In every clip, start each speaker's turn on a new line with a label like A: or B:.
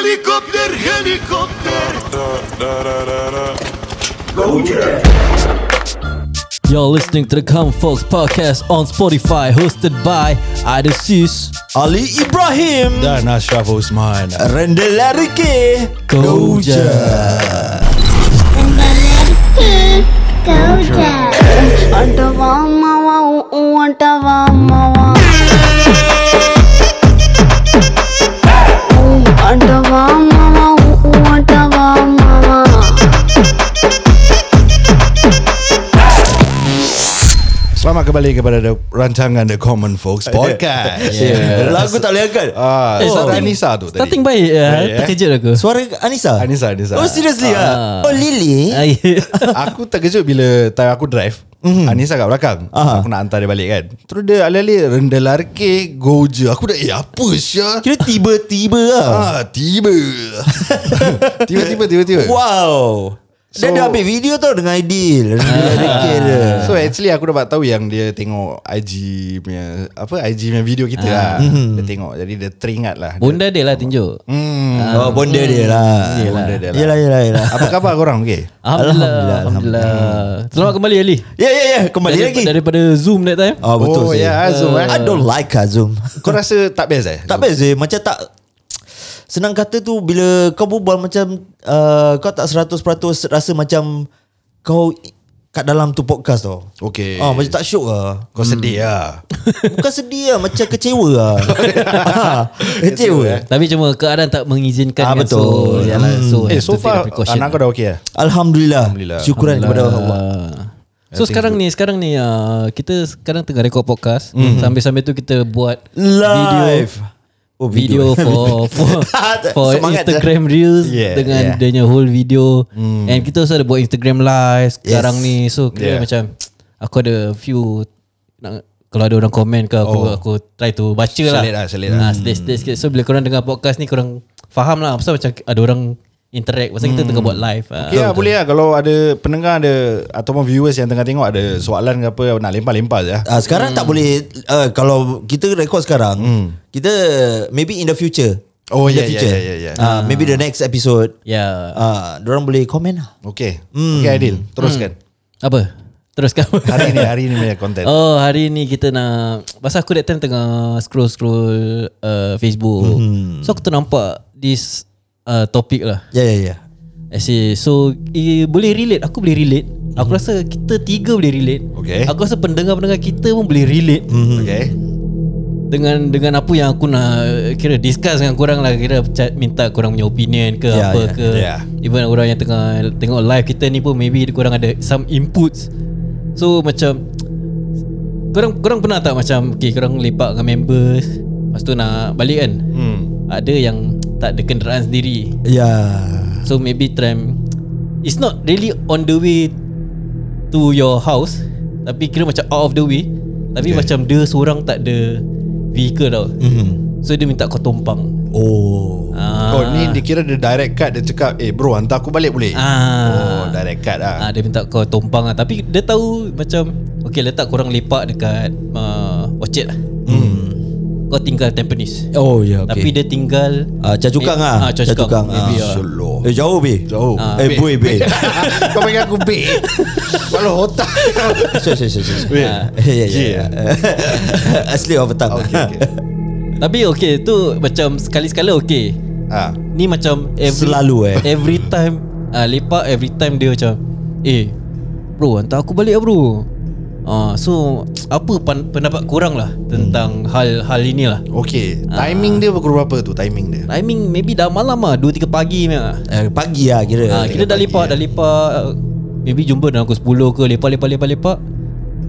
A: Helikopter, helikopter.
B: You're listening to the Come Folks podcast on Spotify, hosted by Ada Sis.
C: Ali Ibrahim
D: Dan Ashraf Osman
C: Rendel Larike
B: Go je.
E: అటవా మావా ఊ అటవా మావా అటవా మావా ఊ అటవా మావా
D: Selamat kembali kepada the, rancangan The Common Folks Podcast
C: yeah. Lagu tak boleh angkat Oh.
D: Ah,
B: Eh,
D: Suara
B: starting-
D: Anissa tu tadi
B: Starting baik ya,
D: Baik, eh.
B: terkejut aku.
C: Suara Anissa
D: Anissa, Anissa.
C: Oh seriously ah. Oh Lily
B: Ah, ya.
D: Aku terkejut bila time aku drive mm-hmm. Anissa kat belakang
C: Mhm. Aha.
D: Aku nak hantar dia balik kan Terus dia alih-alih Rendah larke Go je Aku dah eh apa Syah
C: Kira tiba-tiba lah
D: Ah, tiba Tiba-tiba tiba-tiba
C: Wow so, Dia
D: So-
C: dah ambil video tau Dengan Aidil Rendel Larike dia
D: Ah. So actually aku dapat tahu yang dia tengok IG punya apa IG punya video kita
C: Ah.
D: lah.
C: Hmm.
D: Dia tengok jadi dia teringat lah. Dia-
B: Bunda dia lah tunjuk.
D: Hmm.
C: Oh bonda dia lah
D: Yelah. Bonda dia lah.
C: Yelah yelah yelah
D: Apa khabar korang okay?
B: Alhamdulillah.
C: Alhamdulillah,
B: Alhamdulillah. Selamat kembali Ali.
C: Ya ya ya Kembali
B: Dari-
C: lagi
B: Daripada Zoom that time.
C: Oh betul
D: Oh
C: Zee.
D: ya Azum eh.
C: I don't like ah Zoom
D: Kau rasa tak best eh?
C: Tak best je Macam tak Senang kata tu Bila kau berbual macam uh, Kau tak 100% Rasa macam Kau i- Kat dalam tu podcast tau
D: Okay.
C: Ah, Macam tak syok lah
D: Kau sedih lah.
C: Bukan sedih lah Macam kecewa lah Ah, Kecewa
B: Tapi cuma keadaan tak mengizinkan
C: Ah,
B: kan. So,
C: betul. lah.
B: yalah, so
D: Eh
B: have
D: so
B: to take
D: far
B: the precaution.
D: anak kau dah okay lah?
C: Alhamdulillah,
D: Alhamdulillah.
C: Syukuran kepada Allah
B: Ah. So sekarang ni Sekarang ni uh, Kita sekarang tengah rekod podcast
D: Hmm.
B: Sambil-sambil tu kita buat
C: Live Oh,
B: Video Oh, Video for For, for
C: Semangat je.
B: Instagram Reels
D: Yeah,
B: Dengan
D: yeah. Hmm.
B: dia punya whole video And kita also ada buat Instagram live Sekarang
C: Yes.
B: ni So kira
D: Yeah.
B: macam Aku ada few nak, Kalau ada orang komen ke Aku
D: Oh.
B: aku try to baca lah
D: Selit lah, selit lah.
B: Ah, Selit-selit sikit So bila korang dengar podcast ni Korang faham lah Pasal macam ada orang Interact Pasal kita tengah buat live Ah,
D: Okay lah boleh lah kalau ada pendengar ada ataupun viewers yang tengah tengok ada soalan ke apa nak lempar-lempar je lah.
C: Ah,
B: Hmm.
C: sekarang tak boleh uh, kalau kita rekod sekarang kita maybe in the future.
D: Hmm. Oh,
C: in
D: yeah, yeah, yeah, yeah, yeah.
C: Ah, maybe the next episode.
B: Ya
C: Ah, orang boleh komen lah.
D: Okay. Okay Adil
C: Hmm.
D: teruskan.
B: Apa? Teruskan
D: Hari ni hari ni punya content.
B: Oh hari ni kita nak Pasal aku that time tengah Scroll-scroll uh, Facebook mm-hmm. So aku ternampak This uh, Topic lah
C: Ya ya ya.
B: I see So eh, Boleh relate Aku boleh relate Aku rasa kita tiga boleh relate
D: Okay.
B: Aku rasa pendengar-pendengar kita pun boleh relate
C: Hmm.
D: Okay.
B: Dengan dengan apa yang aku nak eh, Kira discuss dengan korang lah Kira ca- minta korang punya opinion ke
C: Yeah,
B: apa
C: yeah,
B: ke
D: yeah.
B: Even orang yang tengah tengok live kita ni pun Maybe korang ada some inputs So macam Korang korang pernah tak macam Okay korang lepak dengan members Lepas tu nak balik kan hmm. Ada yang tak ada kenderaan sendiri
C: Ya.
B: So maybe tram It's not really on the way To your house Tapi kira macam out of the way Tapi okay. macam dia seorang tak ada Vehicle tau mm-hmm. So dia minta kau tumpang
C: Oh.
B: ah,
D: Oh ni dikira dia direct cut dia cakap eh bro hantar aku balik boleh?
B: Ah.
D: Oh direct cut lah.
B: ah, Dia minta kau tumpang lah Tapi dia tahu macam Okay letak korang lepak dekat uh, Orchard lah mm. Kau tinggal Tampines
C: Oh ya.
B: okay.
C: Yeah,
B: Tapi dia tinggal
C: ah, cacukang
B: Eh,
C: ah.
B: ah, Choa Chu Kang.
C: Ah.
B: Maybe ah.
D: Solo.
C: Eh jauh be.
D: Jauh.
C: Eh boy be.
D: Kau panggil aku B Walau otak
C: Sorry sorry sorry. sorry.
D: Wait.
C: Ya ya ya. Asli over time.
D: Okay, okay.
B: Tapi okay tu macam sekali-sekala okay
D: Ah.
B: Ni macam every,
C: Selalu, eh.
B: Every time uh, Lepak every time dia macam Eh Bro hantar aku balik lah bro uh, So Apa pan- pendapat korang lah
C: Hmm.
B: Tentang hal-hal ini lah
D: Okay
C: Ah.
D: Timing dia pukul berapa tu Timing dia
B: Timing maybe dah malam lah 2-3 pagi memang lah
C: Eh, pagi lah kira.
B: uh, Kita dah lepak Dah lepak uh, Maybe jumpa dalam pukul 10 ke Lepak-lepak-lepak-lepak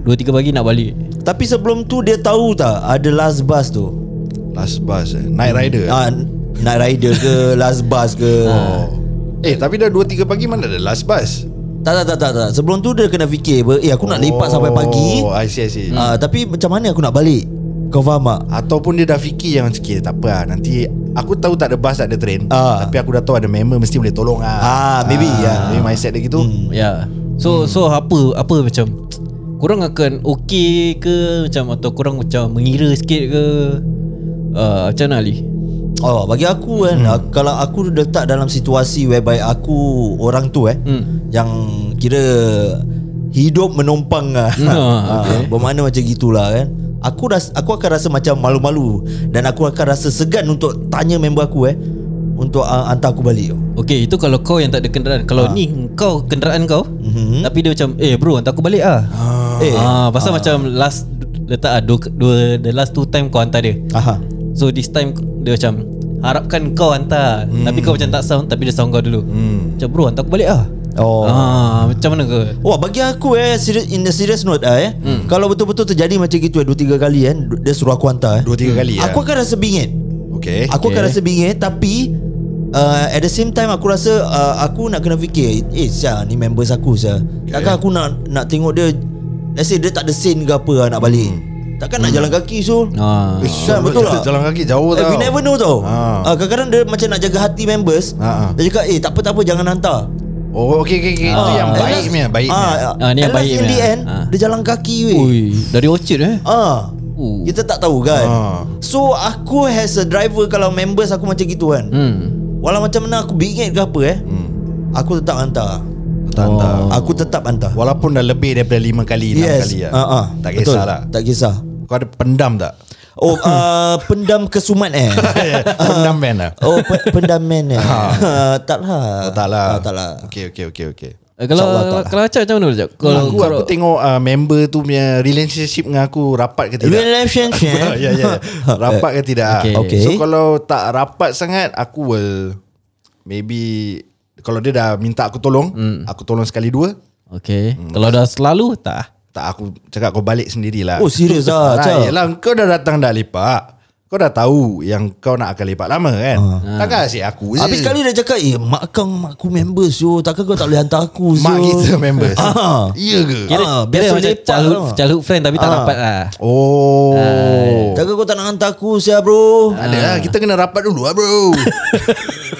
B: 2-3 pagi nak balik
C: Tapi sebelum tu dia tahu tak ada last bus tu.
D: Last bus eh Night rider eh?
C: Ah, Night Rider ke Last Bus ke
D: oh. Eh tapi dah 2-3 pagi Mana ada last bus
C: tak, tak tak tak tak Sebelum tu dia kena fikir ber, Eh aku nak lepak sampai pagi
D: Oh I see I see
C: hmm. ah, Tapi macam mana aku nak balik Kau faham tak?
D: Ataupun dia dah fikir yang Okay tak apa lah Nanti Aku tahu tak ada bus Tak ada train
C: Ah.
D: Tapi aku dah tahu ada member Mesti boleh tolong lah
C: Ah, maybe, ya.
D: Maybe mindset dia gitu
C: Hmm.
B: Ya. So hmm. so apa apa macam kurang akan okey ke Ah, macam atau kurang macam mengira sikit ke uh, macam mana Ali?
C: Oh, bagi aku kan hmm. kalau aku letak dalam situasi whereby aku orang tu eh hmm. yang kira hidup menumpang lah.
B: Hmm,
C: Ha,
B: okay.
C: Bermakna macam gitulah kan. Aku ras, aku akan rasa macam malu-malu dan aku akan rasa segan untuk tanya member aku eh untuk uh, hantar aku balik.
B: Okay itu kalau kau yang tak ada kenderaan Kalau ni kau kenderaan kau
C: Ah. Mhm.
B: Tapi dia macam Eh bro hantar aku balik lah
C: Eh.
B: eh, ah, Pasal macam last Letak lah dua, dua, The last two time kau hantar dia
C: Aha.
B: So this time Dia macam Harapkan kau hantar
C: Hmm.
B: Tapi kau macam tak sound Tapi dia sound kau dulu Macam bro hantar aku balik lah
C: Oh.
B: ah, Macam mana ke
C: Wah bagi aku eh serious, in the serious note ah, eh hmm. kalau betul-betul terjadi macam gitu eh dua tiga kali eh dia suruh aku hantar eh.
D: Dua tiga kali Eh, ya.
C: Aku akan rasa bingit.
D: Okay.
C: Aku akan
B: Okay.
C: rasa bingit Tapi uh, At the same time Aku rasa uh, Aku nak kena fikir Eh Syah Ni members aku Syah okay. Takkan aku nak Nak tengok dia Let's say dia tak ada sen ke apa lah, Nak balik Takkan nak jalan kaki so
B: ah.
D: Ish,
C: betul tak?
D: Eh, Jalan kaki jauh
C: Eh,
D: tau.
C: we never know tau
D: Ah.
C: Ah, Kadang-kadang dia macam nak jaga hati members
D: Ah, ah.
C: Dia cakap eh tak apa tak apa jangan hantar
D: Oh okay okay, okay. Itu
C: Ah, ya.
D: yang
C: at
D: baik
C: last-
D: punya Baik punya
B: Ah, ni yang
C: at last
B: baik
C: in the
B: punya.
C: end
B: Ah.
C: Dia jalan kaki weh
B: Ui, Dari Orchard eh
C: Ah.
B: Oh.
C: Kita tak tahu kan
D: Ah.
C: So aku as a driver Kalau members aku macam gitu kan
B: Hmm
C: Walau macam mana aku bingit ke apa eh Aku tetap hantar Oh.
D: Tak Hmm. hantar.
C: Aku tetap hantar
D: Walaupun dah lebih daripada lima kali enam
C: Yes
D: kali ya.
C: Ah, ah.
D: Tak
C: Betul.
D: kisahlah.
C: Tak kisah
D: Kau ada pendam tak?
C: Oh uh, pendam kesumat eh
D: pendam man lah.
C: Oh pe- pendam man eh Ah, Tak lah
D: Oh, tak lah.
C: Ah, Tak lah
D: Okay okay okay okay.
B: Eh, kalau
C: InsyaAllah
B: kalau,
C: tak.
B: kalau Acap macam mana Acap? Kalau
D: Aku
B: kalau-
D: aku tengok uh, member tu punya relationship dengan aku rapat ke tidak.
C: Relationship eh?
D: ya ya ya. Rapat ke tidak ah.
B: Okay.
C: Okay.
D: So kalau tak rapat sangat aku will maybe kalau dia dah minta aku tolong,
C: Hmm.
D: aku tolong sekali dua,
B: Okay Kalau dah selalu
C: Ah,
B: tak
D: tak aku cakap kau balik sendirilah.
C: Oh, serius ah, Chal?
D: Yalah kau dah datang dah lepak. Kau dah tahu yang kau nak akan lepak lama kan. Takkan asyik aku
C: Ah.
D: je.
C: Habis sekali dia cakap Eh mak kang Mak aku member so Takkan kau tak boleh hantar aku so
D: mak kita members.
C: Ah.
D: Iya ke?
B: Kira,
C: Ah,
B: kira
C: biasa
B: macam
C: lepak
B: childhood,
C: lah.
B: childhood friend Tapi tak
C: Ah.
B: rapat lah
D: Oh.
C: Takkan kau tak nak hantar aku Sia bro
D: Tak ada lah Kita kena rapat dulu lah bro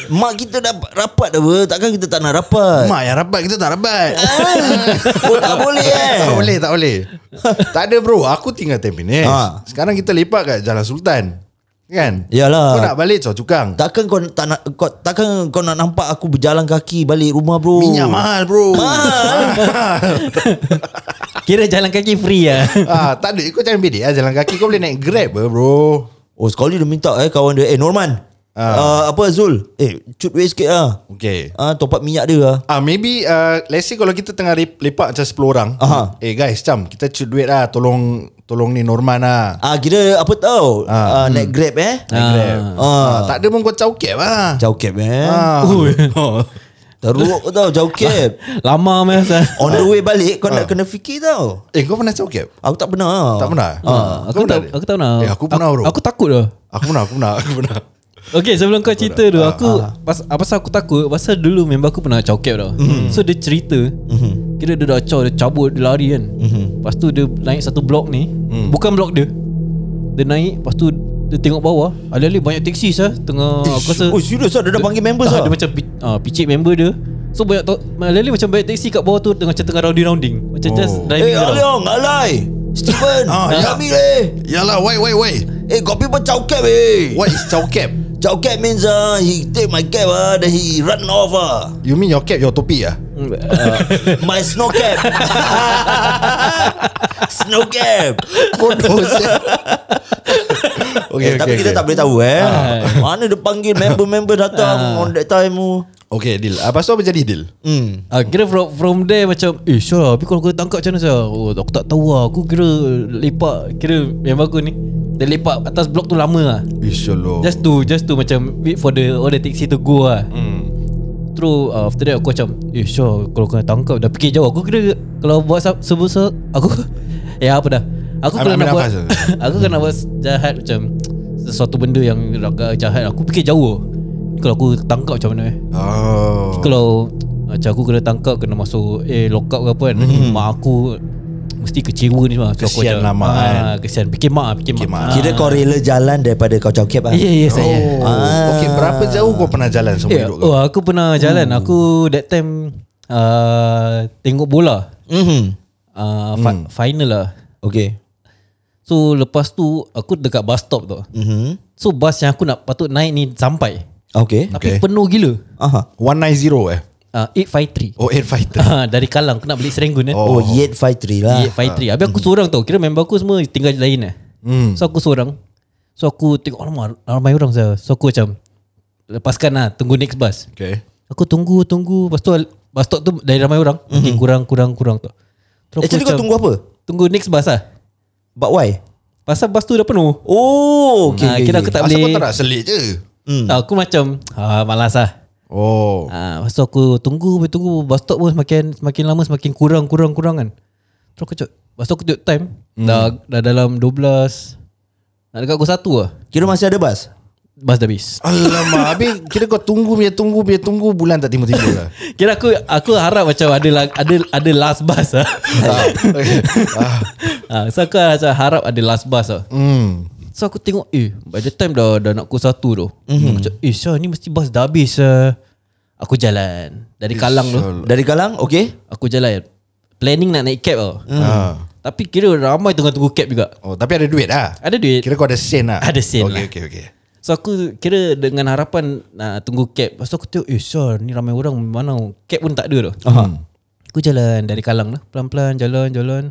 C: Mak kita dah rapat dah bro Takkan kita tak nak rapat
D: Mak yang rapat Kita tak rapat
C: Ah, Oh tak boleh eh
D: Tak boleh tak boleh Tak ada bro Aku tinggal 10 minutes
C: Ha.
D: Sekarang kita lepak kat Jalan Sultan Kan
C: Yalah.
D: Kau nak balik Cua cukang
C: Takkan kau tak nak kau, Takkan kau nak nampak aku berjalan kaki balik rumah bro
D: Minyak mahal bro
B: Kira jalan kaki free lah
D: ah, Tak ada Kau jangan bedek lah Jalan kaki kau boleh naik grab eh, bro
C: Oh sekali dia minta eh kawan dia Eh Norman
D: Ah.
C: uh, Apa Zul Eh cut weight sikit lah
D: Okay
C: Ah, top up minyak dia lah
D: Ah maybe uh, let's say kalau kita tengah rep- lepak macam 10 orang.
C: Aha.
D: Eh guys, cam kita cut duit lah, tolong tolong ni Norman lah.
C: Ah kira apa tau ah,
D: Hmm.
C: Naik grab eh
D: Naik Grab.
C: Ah.
D: Ah, tak ada pun kau cau cab lah.
C: Jauh cab eh
D: Ah.
C: Teruk tau jauh cab
B: Lama mas ah.
C: On the way balik Kau nak kena fikir tau
D: Eh kau pernah cau cab?
C: Aku tak pernah tau.
D: Ah. Tak pernah?
B: Ah,
D: Kau
B: Aku
D: pernah
B: tak
D: ada?
B: aku tak nak
D: Eh, aku pernah bro.
B: Aku takut lah
D: Aku pernah, aku pernah, aku pernah.
B: Okay sebelum kau cerita tu Aku
D: Ah.
B: pas, apa Pasal aku takut Pasal dulu member aku pernah cokep tau
D: Mhm.
B: So dia cerita Kira dia dah caw Dia cabut Dia lari kan
D: Mhm.
B: Lepas tu dia naik satu blok ni
D: Hmm.
B: Bukan blok dia Dia naik Lepas tu dia tengok bawah Alih-alih banyak teksi sah Tengah aku rasa
C: Oh serius lah Dia dah panggil members
B: ah, Dia
C: lah
B: macam pi- ah, picit member dia So banyak to- Alih-alih macam banyak teksi kat bawah tu Tengah macam tengah rounding-rounding Macam
D: Oh.
B: just
C: Eh
B: driving around.
C: Aliong Alai Stephen
D: Ah, ya.
C: Kami eh
D: Yalah, why, why, why?
C: Eh kau people jauh cab eh
D: What is chow cab?
C: Chow cab means uh, he take my cab ah, then he run off ah.
D: You mean your cab, your topi ah?
C: My snow cab. snow cab.
D: Bodoh siap.
C: Okay, eh, tapi kita tak boleh tahu eh.
B: Ah.
C: Mana dia panggil member-member
D: Ah.
C: datang on that time tu.
D: Okay, deal. Ah, Lepas tu apa jadi deal?
C: Hmm.
B: Ah, kira from, from there macam Eh sure lah Tapi kalau kau tangkap macam mana saya oh, Aku tak tahu lah Aku kira lepak Kira member aku ni Dia lepak atas blok tu lama lah
D: Isyallah.
B: Just to Just to macam Wait for the All the taxi to go lah hmm. Terus uh, after that aku macam Eh sure Kalau kau tangkap Dah fikir jauh Aku kira Kalau buat sa- sebut se Aku Eh apa dah Aku
D: Ambil-
B: kena nak
D: ambil
B: buat
D: nafas dulu.
B: Aku kena buat jahat macam Sesuatu benda yang agak jahat Aku fikir jauh Kalau aku tangkap macam mana eh
D: Oh.
B: kalau macam aku kena tangkap kena masuk eh lock up ke apa kan mm-hmm. mak aku mesti kecewa ni lah So, aku
D: Hmm. Kesian
B: macam,
D: lah mak
B: ah,
D: kan.
B: kesian fikir mak ah, fikir,
D: Fikir
B: mak,
D: mak.
B: mak.
C: Kira kau rela jalan daripada kau chow cab ah.
B: ya ya saya
D: Oh.
C: Ah.
D: Okay, berapa jauh kau pernah jalan semua
B: Ya,
D: hidup kau?
B: oh aku pernah jalan aku that time uh, tengok bola
C: Mhm.
B: uh, fi- final lah
C: Okay.
B: so So lepas tu Aku dekat bus stop tu
C: Mhm.
B: So bus yang aku nak patut naik ni Sampai
C: Okay.
B: Tapi
D: Okay.
B: penuh gila
C: Aha.
D: 190 eh
B: uh, 853
D: Oh Air Fighter
B: Ah, Dari Kalang Aku nak balik Serangoon eh
C: Oh, oh Yet 53 lah.
B: 853 Habis aku seorang tau Kira member aku semua tinggal lain lah So aku seorang So aku tengok Alamak ramai orang saya So aku macam Lepaskan lah Tunggu next bus
D: Okay
B: Aku tunggu tunggu Lepas tu al- Bus stop tu dari ramai orang Makin kurang kurang kurang tau Terus aku
C: Actually kau
B: macam,
C: tunggu apa?
B: Tunggu next bus lah
C: But why?
B: Pasal bus tu dah penuh
C: Oh, okay.
B: Ah,
C: okay,
B: kira
C: okay.
B: aku tak
D: Asal kau
B: boleh
D: tak nak selit je
B: hmm. Aku macam ah, Malas lah
D: Oh
B: Ah, lepas tu aku tunggu boleh tunggu bus stop pun semakin semakin lama semakin kurang kurang kurang kan. Terus aku cakap, lepas tu aku tengok time hmm. dah dah dalam 12 nak dekat pukul 1 lah.
C: Kira masih ada bas?
B: Bas dah habis.
D: Alamak Habis kira kau tunggu Biar tunggu Biar tunggu Bulan tak tiba-tiba lah
B: Kira aku aku harap macam ada la- ada ada last bus ah.
D: Ah, okay. Ah,
B: ah, so aku rasa harap ada last bus ah.
D: Hmm
B: So aku tengok eh by the time dah dah nak pukul 1 tu. Mm-hmm. Aku cakap, eh Syah ni mesti bas dah habis ah. Aku jalan dari Kalang tu.
C: Dari Kalang, okay?
B: Aku jalan planning nak naik cab tau.
D: Ah.
B: Tapi kira ramai tengah tunggu cab juga.
D: Oh tapi ada duit lah
B: Ada duit.
D: Kira kau ada sen lah
B: Ada sen
D: okay,
B: lah.
D: Okay okay
B: So aku kira dengan harapan nak tunggu cab. Lepas tu aku tengok, eh Syar ni ramai orang mana cab pun tak ada tau.
C: Aha.
D: Hmm.
B: Aku jalan dari Kalang lah. Pelan-pelan jalan, jalan.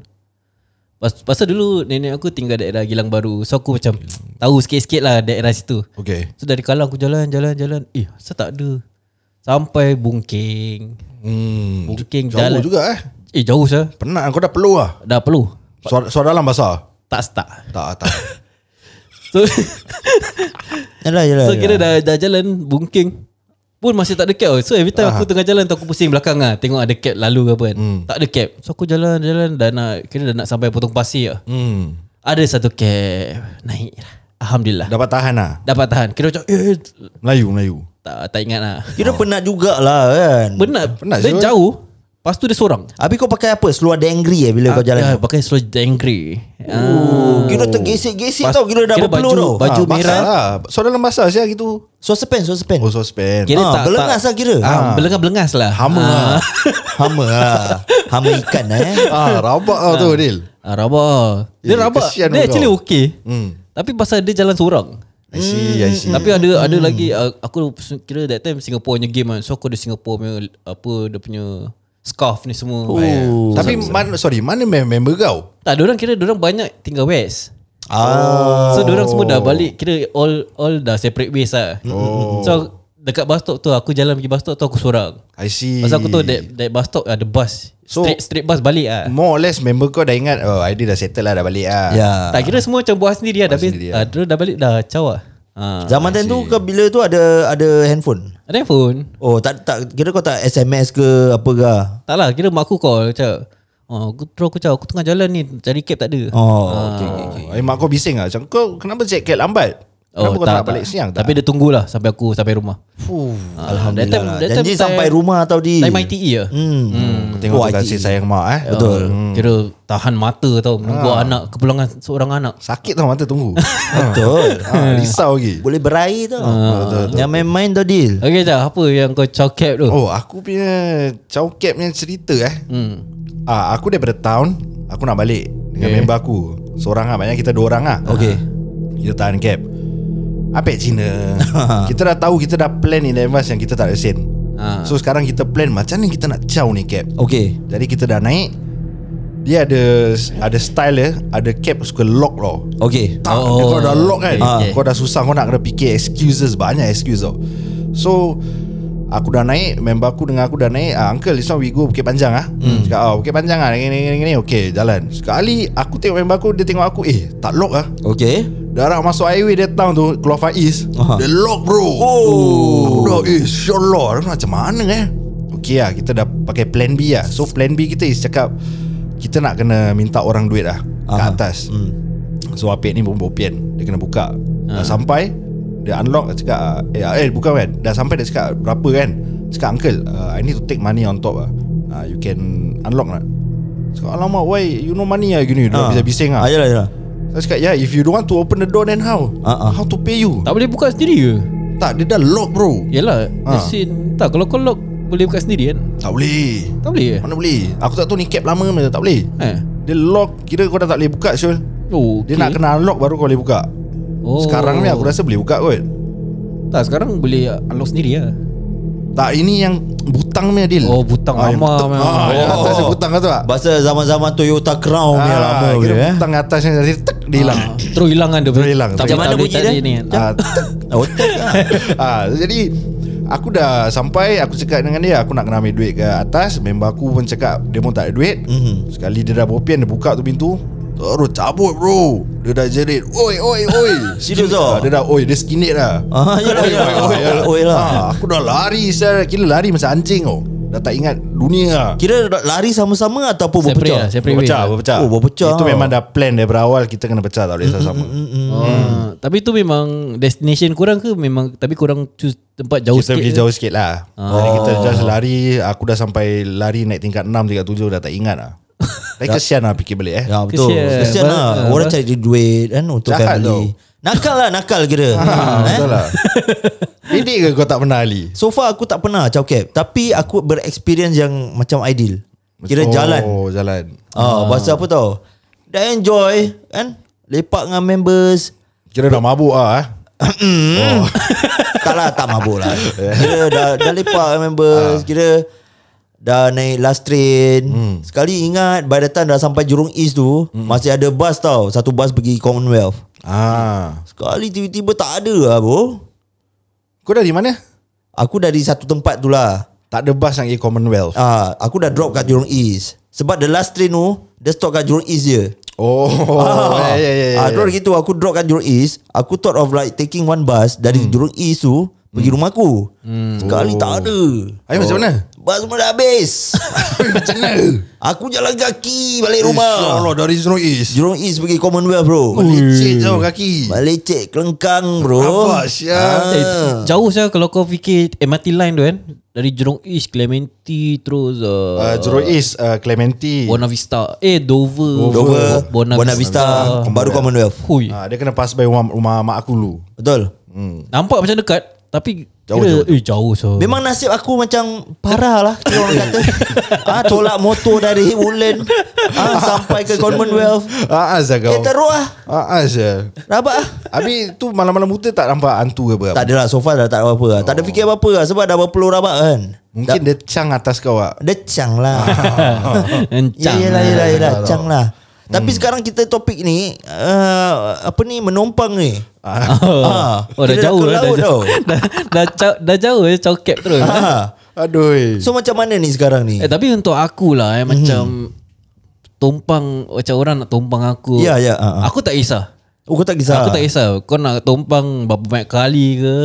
B: Pas, pasal dulu nenek aku tinggal daerah Gilang Baru. So aku macam tahu sikit-sikit lah daerah situ.
D: Okay
B: So dari Kalang aku jalan, jalan, jalan. Eh, asal tak ada? Sampai Bungking.
D: hmm.
B: Bungking
D: Jauh
B: jalan.
D: juga eh
B: Eh, jauh sah.
D: Penat kau dah peluh lah
B: Dah perlu.
D: Suara, suara dalam basah
B: Tak start.
D: Tak tak
B: So,
C: Yalah,
D: Ya,
C: yalah.
B: so
C: yalah.
B: kira dah, dah jalan Bungking pun masih tak ada cab So every time aku tengah jalan tu Aku pusing belakang lah Tengok ada cab lalu ke apa kan
D: Hmm.
B: Tak ada cab So aku jalan-jalan Dah nak Kira dah nak sampai potong pasir lah
D: hmm.
B: Ada satu cab Naik lah Alhamdulillah
D: Dapat tahan lah
B: Dapat tahan Kira macam eh, eh,
D: Melayu Melayu
B: tak, tak ingat lah
C: Kira penat jugalah kan.
B: Benar
D: Hmm. Penat
B: Dia
D: siul.
B: jauh Lepas tu dia seorang
C: Habis kau pakai apa? Seluar dengri eh bila
B: Ah,
C: kau jalan?
B: Pakai slow angry Ah.
C: Oh, kira tergesik-gesik
B: Pas-
C: tau Kira dah
B: kira baju-
C: berpeluh tau Ah,
B: baju-
D: basah
B: merah.
D: lah. Suara dalam basah Siapa gitu
C: Sospen, sospen
D: Oh sospen
B: Kira
C: Ah,
B: tak
C: belengas
B: tak,
C: lah kira.
B: ah, Belengas-belengas lah
D: Hama
B: Ah.
D: lah
C: Hama lah Hama ikan eh
D: ah, Rabak lah tu Dil
B: Ah, rabak. Dia
D: Eh,
B: rabak.
D: kesian
B: Dia
D: kau.
B: actually okay.
D: Hmm.
B: Tapi pasal dia jalan seorang.
D: I see I see
B: Hmm. Tapi ada ada
D: Hmm.
B: lagi ah, aku kira that time Singapore punya game kan. So aku ada Singapore punya apa dia punya scarf ni semua.
D: Tapi man, sorry Mana mem- member kau
B: Tak, orang kira orang banyak tinggal west.
C: ah,
B: So orang semua dah balik kira all all dah separate ways lah.
D: Oh.
B: So dekat bus stop tu aku jalan pergi bus stop tu aku seorang.
D: I see
B: Pasal aku tahu that, that bus stop ada bus.
D: So-
B: straight straight bus balik ah.
D: More or less member kau dah ingat Oh idea dah settle lah Dah balik lah
C: Ya
B: Tak kira semua macam buat sendiri lah. Dah, sendiri
D: sendiri lah.
B: dah balik dah cawa. Ha.
C: Zaman time tu kau bila tu ada ada handphone
B: Ada handphone.
C: Oh tak tak kira kau tak SMS ke apa ke
B: Tak lah kira mak aku call Macam oh, aku, Terus aku cakap Aku tengah jalan ni Cari cab tak ada
C: Oh
B: Ah,
C: okay, okay.
D: Oh, Eh mak kau bising lah Macam kau kenapa check cat lambat Kenapa kau tak, nak balik siang
B: Oh,
D: tak
B: Tapi dia tunggulah Sampai aku sampai rumah Ah,
D: Fuh,
C: Alhamdulillah lah. Janji sampai rumah tau di
B: Time ITE lah
C: Hmm.
D: Kau Tengok
C: Oh,
D: tu kasih
C: ITE.
D: sayang mak eh
B: E. Betul Kira tahan mata tau Menunggu
D: Ah.
B: anak Kepulangan seorang anak
D: Sakit tau mata tunggu
C: Betul
D: ha, Risau lagi
C: Boleh berair
B: Ah,
C: tau Ah, Yang main-main tau Dil
B: Okay Jal Apa yang kau cakap tu
D: Oh aku punya Cowcap punya cerita eh
B: Hmm.
D: ah, Aku daripada town Aku nak balik Dengan
B: Okay.
D: member aku Seorang lah Maknanya kita dua orang lah
C: Okay.
D: Kita tahan cab Apek Cina Kita dah tahu Kita dah plan in advance Yang kita tak ada sen
B: Ha.
D: So sekarang kita plan Macam ni kita nak caw ni cab
C: Okay
D: Jadi kita dah naik Dia ada Ada style dia Ada cap suka lock tau
C: Okay
D: Tak
B: Oh,
D: oh, Kau dah lock kan
B: okay, okay.
D: Kau dah susah Kau nak kena fikir Excuses Banyak excuse tau So Aku dah naik Member aku dengan aku dah naik ah, Uncle this one we go Bukit Panjang ah. Hmm. Cakap oh, Bukit Panjang ah, Gini gini gini Okay jalan Sekali Aku tengok member aku Dia tengok aku Eh tak lock ah.
C: Okay
D: Darah masuk highway Dia town tu Keluar Far East
C: Aha.
D: Dia lock bro Oh Aku dah Eh sure lock Aku Macam mana eh Okay lah Kita dah pakai plan B lah So plan B kita is cakap Kita nak kena Minta orang duit lah
C: Aha. Hmm.
D: Kat atas So Apek ni pun bopian Dia kena buka
C: Ha.
D: Dah sampai Dia unlock Dia cakap Eh, eh bukan kan Dah sampai dia cakap Berapa kan Cakap uncle uh, I need to take money on top lah uh, You can unlock nak Cakap alamak why You no money lah Gini Dia bisa bising
C: ah,
D: lah
C: Ayolah ayolah
D: saya cakap yeah If you don't want to open the door Then how
C: Ah, ah.
D: How to pay
B: Uh-uh.
D: you
B: Tak Ya. boleh buka sendiri ke
D: Tak dia dah lock bro
B: Yelah
D: Ha.
B: Mesin Tak kalau kau lock Boleh buka sendiri kan
D: Tak boleh
B: Tak boleh ke
D: Mana boleh Aku tak tahu ni cap lama mana Tak boleh
B: Eh
D: Dia lock Kira kau dah tak boleh buka Syul
B: Oh,
D: Dia nak kena unlock baru kau boleh buka
B: Oh.
D: oh. Sekarang ni aku rasa boleh buka kot
B: Tak sekarang boleh unlock sendiri lah
D: Tak ini yang butang punya deal
B: Oh, butang
D: yang
B: lama
D: butang-
B: memang.
D: ah, Yang
C: Oh.
D: atas dia butang kau tu tak
C: Bahasa zaman-zaman Toyota Crown ah, ni lama
D: kira
C: boleh eh.
D: Butang atas yang jadi tek dia hilang
B: ya. Ah, Terus hilang kan dia
D: Terus hilang.
B: tak,
D: Macam
B: boleh-
C: mana
B: tak boleh
C: bunyi
B: tak
C: dia?
B: boleh ni
D: ah. tek.
C: Otak lah.
D: ah, jadi aku dah sampai aku cakap dengan dia aku nak kena ambil duit ke atas member aku pun cakap dia pun tak ada duit
C: Mhm.
D: sekali dia dah bopian dia buka tu pintu terus cabut bro dia dah jerit oi oi oi
C: Serius ah?
D: dia dah oi dia skinit dah
C: Ah, ya lah, ya lah. Oi lah.
D: Ah, aku dah lari saya kira lari macam anjing oh dah tak ingat dunia
C: Kira lari sama-sama ataupun
B: Separate
C: berpecah?
B: lah, separate.
D: berpecah berpecah
C: Oh, berpecah.
D: itu memang dah plan daripada awal kita kena pecah tak boleh sama-sama
B: Ah, Tapi tu memang Destination kurang ke Memang Tapi kurang choose tempat
C: Oh,
B: jauh
D: kita
B: sikit
D: pergi
B: ke?
D: jauh sikit lah
C: Ah.
D: Jadi kita just lari Aku dah sampai lari naik tingkat 6 Tingkat 7 dah tak ingat lah Tapi kesian lah fikir balik eh
C: Ya betul
B: Kesian. Ah,
C: Kesian lah
B: Apa?
C: Orang cari duit kan Untuk
D: Jahat
C: family Nakal lah nakal kira
D: Ah,
C: Eh?
D: Betul lah Didik ke kau tak pernah Ali?
C: So far aku tak pernah cowcap Tapi aku bereksperience yang Macam ideal Kira jalan
D: Oh jalan
C: Ah, Bahasa apa tau Dah enjoy Kan Lepak dengan members
D: Kira dah mabuk lah eh oh.
C: Tak lah tak mabuk lah Kira dah, dah lepak dengan members Kira Dah naik last train Sekali ingat By the time dah sampai Jurong East tu Masih ada bus tau Satu bus pergi Commonwealth
D: ah.
C: Sekali tiba-tiba tak ada lah bro
D: Kau dari mana?
C: Aku dari satu tempat tu lah
D: Tak ada bas yang pergi Commonwealth
C: Ah, Aku dah drop kat Jurong East Sebab the last train tu Dia stop kat Jurong East je
D: Oh
C: ah,
D: ya, ya, ya,
C: ah,
D: ya.
C: drop gitu Aku drop kat Jurong East Aku thought of like Taking one bus Dari Jurong East tu Pergi rumah aku Sekali tak ada
D: Ayuh, macam mana?
C: Bas semua dah habis
D: Macam mana?
C: Aku jalan kaki Balik rumah
D: Allah dari Jurong East
C: Jurong East pergi Commonwealth bro
D: Licik jauh kaki
C: Balik Ah. cek kelengkang bro
D: Rabak, Syah.
B: Eh, Jauh saya kalau kau fikir MRT line tu kan Dari Jurong East Clementi Terus
D: uh,
B: uh,
D: Jurong East uh, Clementi
C: Oh,
B: Buona Vista Eh Dover
C: Dover
B: Buona,
C: Buona
B: Vista,
C: Vista Baru Commonwealth
B: Hui
D: Ah, dia kena pass by rumah, rumah mak aku dulu.
C: Betul
B: Nampak macam dekat Tapi
D: Jauh,
B: kira,
D: jauh,
B: Eh jauh so.
C: Memang nasib aku macam parah lah Kita orang kata ha, Tolak motor dari Woodland ha, Sampai ke Commonwealth
D: Ah, ah, Zah, kau.
C: Eh teruk lah
D: Ah, ah, Zah.
C: Rabak lah
D: Habis tu malam-malam buta tak nampak hantu ke apa?
C: Tak adalah so far dah tak ada apa-apa lah. Tak ada fikir apa-apa lah Sebab dah berpeluh rabak kan
D: Mungkin
C: Dah-
D: dia cang atas kau ah.
C: Dia cang lah Ya
B: Encang
C: yelah yelah yelah
D: Tak tahu.
C: Cang lah Tapi sekarang kita topik ni uh, Apa ni Menompang ni
B: Oh,
C: Ah.
B: oh dah
C: Kira dah
B: jauh
C: ke
B: lah Dah
C: laut
B: jauh Dah, dah, jauh- dah jauh eh, Chow cap terus
C: ha.
D: Aduh. eh.
C: So macam mana ni sekarang ni
B: Eh tapi untuk aku lah
C: Mhm.
B: eh, Macam Tumpang Macam orang nak tumpang aku
C: Ya, ya, ah, ah.
B: Aku tak kisah
C: Oh kau tak kisah
B: Aku tak kisah Kau nak tumpang Berapa banyak kali ke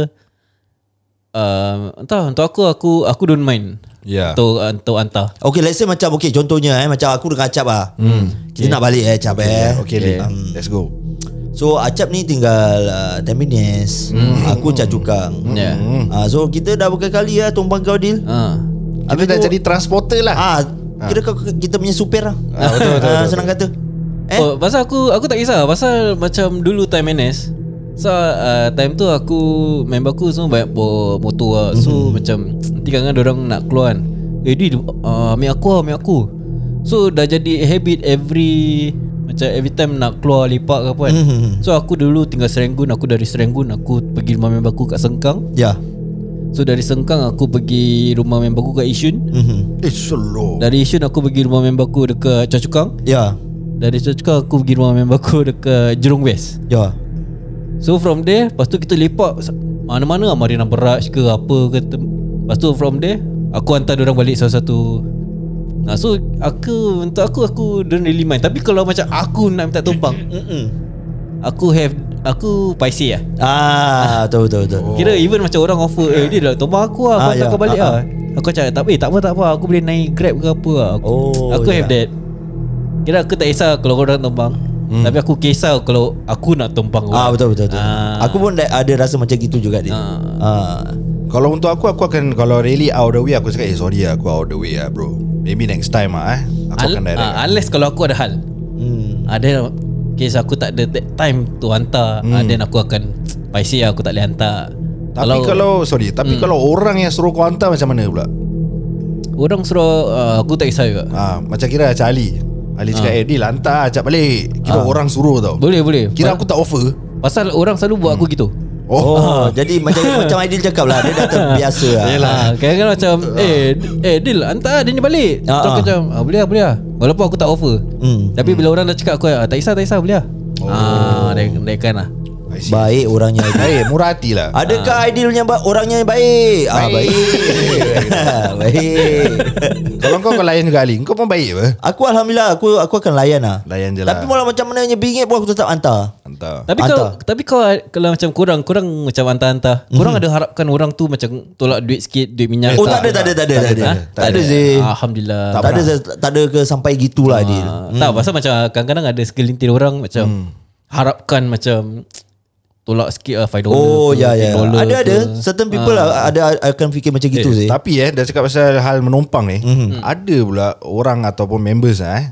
B: uh, Entah Untuk aku Aku aku don't mind
D: Ya.
B: Untuk, untuk hantar
C: Okay let's say macam Okay contohnya eh Macam aku dengan Acap lah hmm. Kita nak balik eh Acap eh
D: Okay, Lee. Hmm, Let's go.
C: So Acap ni tinggal uh, 10 minutes hmm. Aku Cak Cukang
D: Hmm.
B: Ya.
C: Ah, So kita dah berkali-kali lah Tumpang kau Dil
B: ha.
D: Kita dah jadi transporter lah.
C: ah, Kira kau kita punya supir lah
D: Ah, betul, betul,
C: Ah,
D: betul,
C: Senang kata Eh
B: eh? oh, Pasal aku Aku tak kisah Pasal macam dulu time NS So uh, time tu aku Member aku semua banyak bawa motor lah So macam Nanti kadang-kadang orang nak keluar kan Eh Dil uh, Ambil aku lah Ambil aku So dah jadi habit every Macam every time nak keluar lepak ke apa kan So aku dulu tinggal Serenggun Aku dari Serenggun Aku pergi rumah member aku kat Sengkang
C: Ya
B: So dari Sengkang aku pergi rumah member aku kat Yishun
C: Mhm.
D: Eh, slow.
B: Dari Yishun aku pergi rumah member aku dekat Choa Chu Kang
C: Ya
B: Dari Choa Chu Kang aku pergi rumah member aku dekat Jurong West
C: Ya
B: So from there Lepas tu kita lepak sa- Mana-mana lah Marina Barrage ke apa ke tem- Lepas tu from there Aku hantar orang balik satu-satu Nah, so aku untuk aku aku don't really mind tapi kalau macam aku nak minta tumpang aku have aku paisi lah
C: Ah, betul betul betul.
B: Kira even macam orang offer Eh dia dah tumpang aku lah Aku
C: Ah,
B: hantar
C: ya,
B: kau balik
C: ah,
B: lah Aku cakap tak, eh, tak apa tak apa Aku boleh naik grab ke apa lah Aku,
C: Oh,
B: aku
C: ya.
B: have that Kira aku tak kisah Kalau korang tumpang hmm. Tapi aku kisah Kalau aku nak tumpang
D: Oh,
C: Ah,
B: orang.
C: betul betul betul.
B: Ah.
C: Aku pun da- ada rasa macam gitu juga dia. Ah.
D: Kalau untuk aku Aku akan Kalau really out of the way Aku cakap Eh sorry lah Aku out of the way lah bro Maybe next time lah eh Aku
B: Al-
D: akan direct
B: ah, Unless kalau aku ada hal hmm. Ada Case aku tak ada that time To hantar hmm. Then aku akan Paisi lah aku tak boleh hantar
D: Tapi kalau, Sorry Tapi kalau orang yang suruh kau hantar Macam mana pula
B: Orang suruh uh, Aku tak kisah juga
D: ah, Macam kira macam Ali Ali cakap eh deal hantar ajak balik Kira orang
C: Oh.
D: suruh tau
B: Boleh boleh
D: Kira aku tak offer
B: Pasal orang selalu buat aku
C: Hmm.
B: gitu
D: Oh, oh.
C: Oh, jadi macam macam Aidil cakap lah dia dah terbiasa lah.
B: Yelah Ya. Ah, Kadang-kadang macam Eh eh deal Hantar dia ni balik
C: Ah,
B: uh Terus aku
C: ah.
B: macam ah, Boleh lah boleh lah Walaupun aku tak offer
C: Hmm.
B: Tapi bila orang dah cakap aku ah, Tak kisah tak kisah boleh lah oh. ah, dia, dia kan lah
D: I see.
C: Baik orangnya Aidil.
D: Baik murah hati lah
C: Adakah Aidilnya ba- orangnya yang baik? Ah baik. baik.
D: Kalau kau kau layan juga Ali Kau pun baik apa
C: Aku alhamdulillah aku aku akan layan lah.
D: Layan je lah.
C: Tapi malah macam mana bingit pun aku tetap hantar.
D: Hantar
B: Tapi
C: Hantar.
B: kau Tapi kau Kalau macam korang Korang macam hantar-hantar
C: Hmm.
B: Korang ada harapkan orang tu Macam tolak duit sikit Duit minyak
C: Oh
B: ke
C: tak ada tak ada tak ada tak ada.
B: Ha?
C: Tak ada Zee.
B: Alhamdulillah
C: Tak ada tak ada ke sampai gitulah Aidil.
B: Hmm. Tak pasal macam kadang-kadang ada segelintir orang macam hmm. harapkan macam tolak sikit lah 5 dollar.
C: Oh
B: ke,
C: ya ya.
B: $10
C: Ada ada
B: ke.
C: certain people lah ada akan fikir macam gitu Zee.
D: Tapi eh Dah cakap pasal hal menompang ni
C: Mhm.
D: Ada pula orang ataupun members lah eh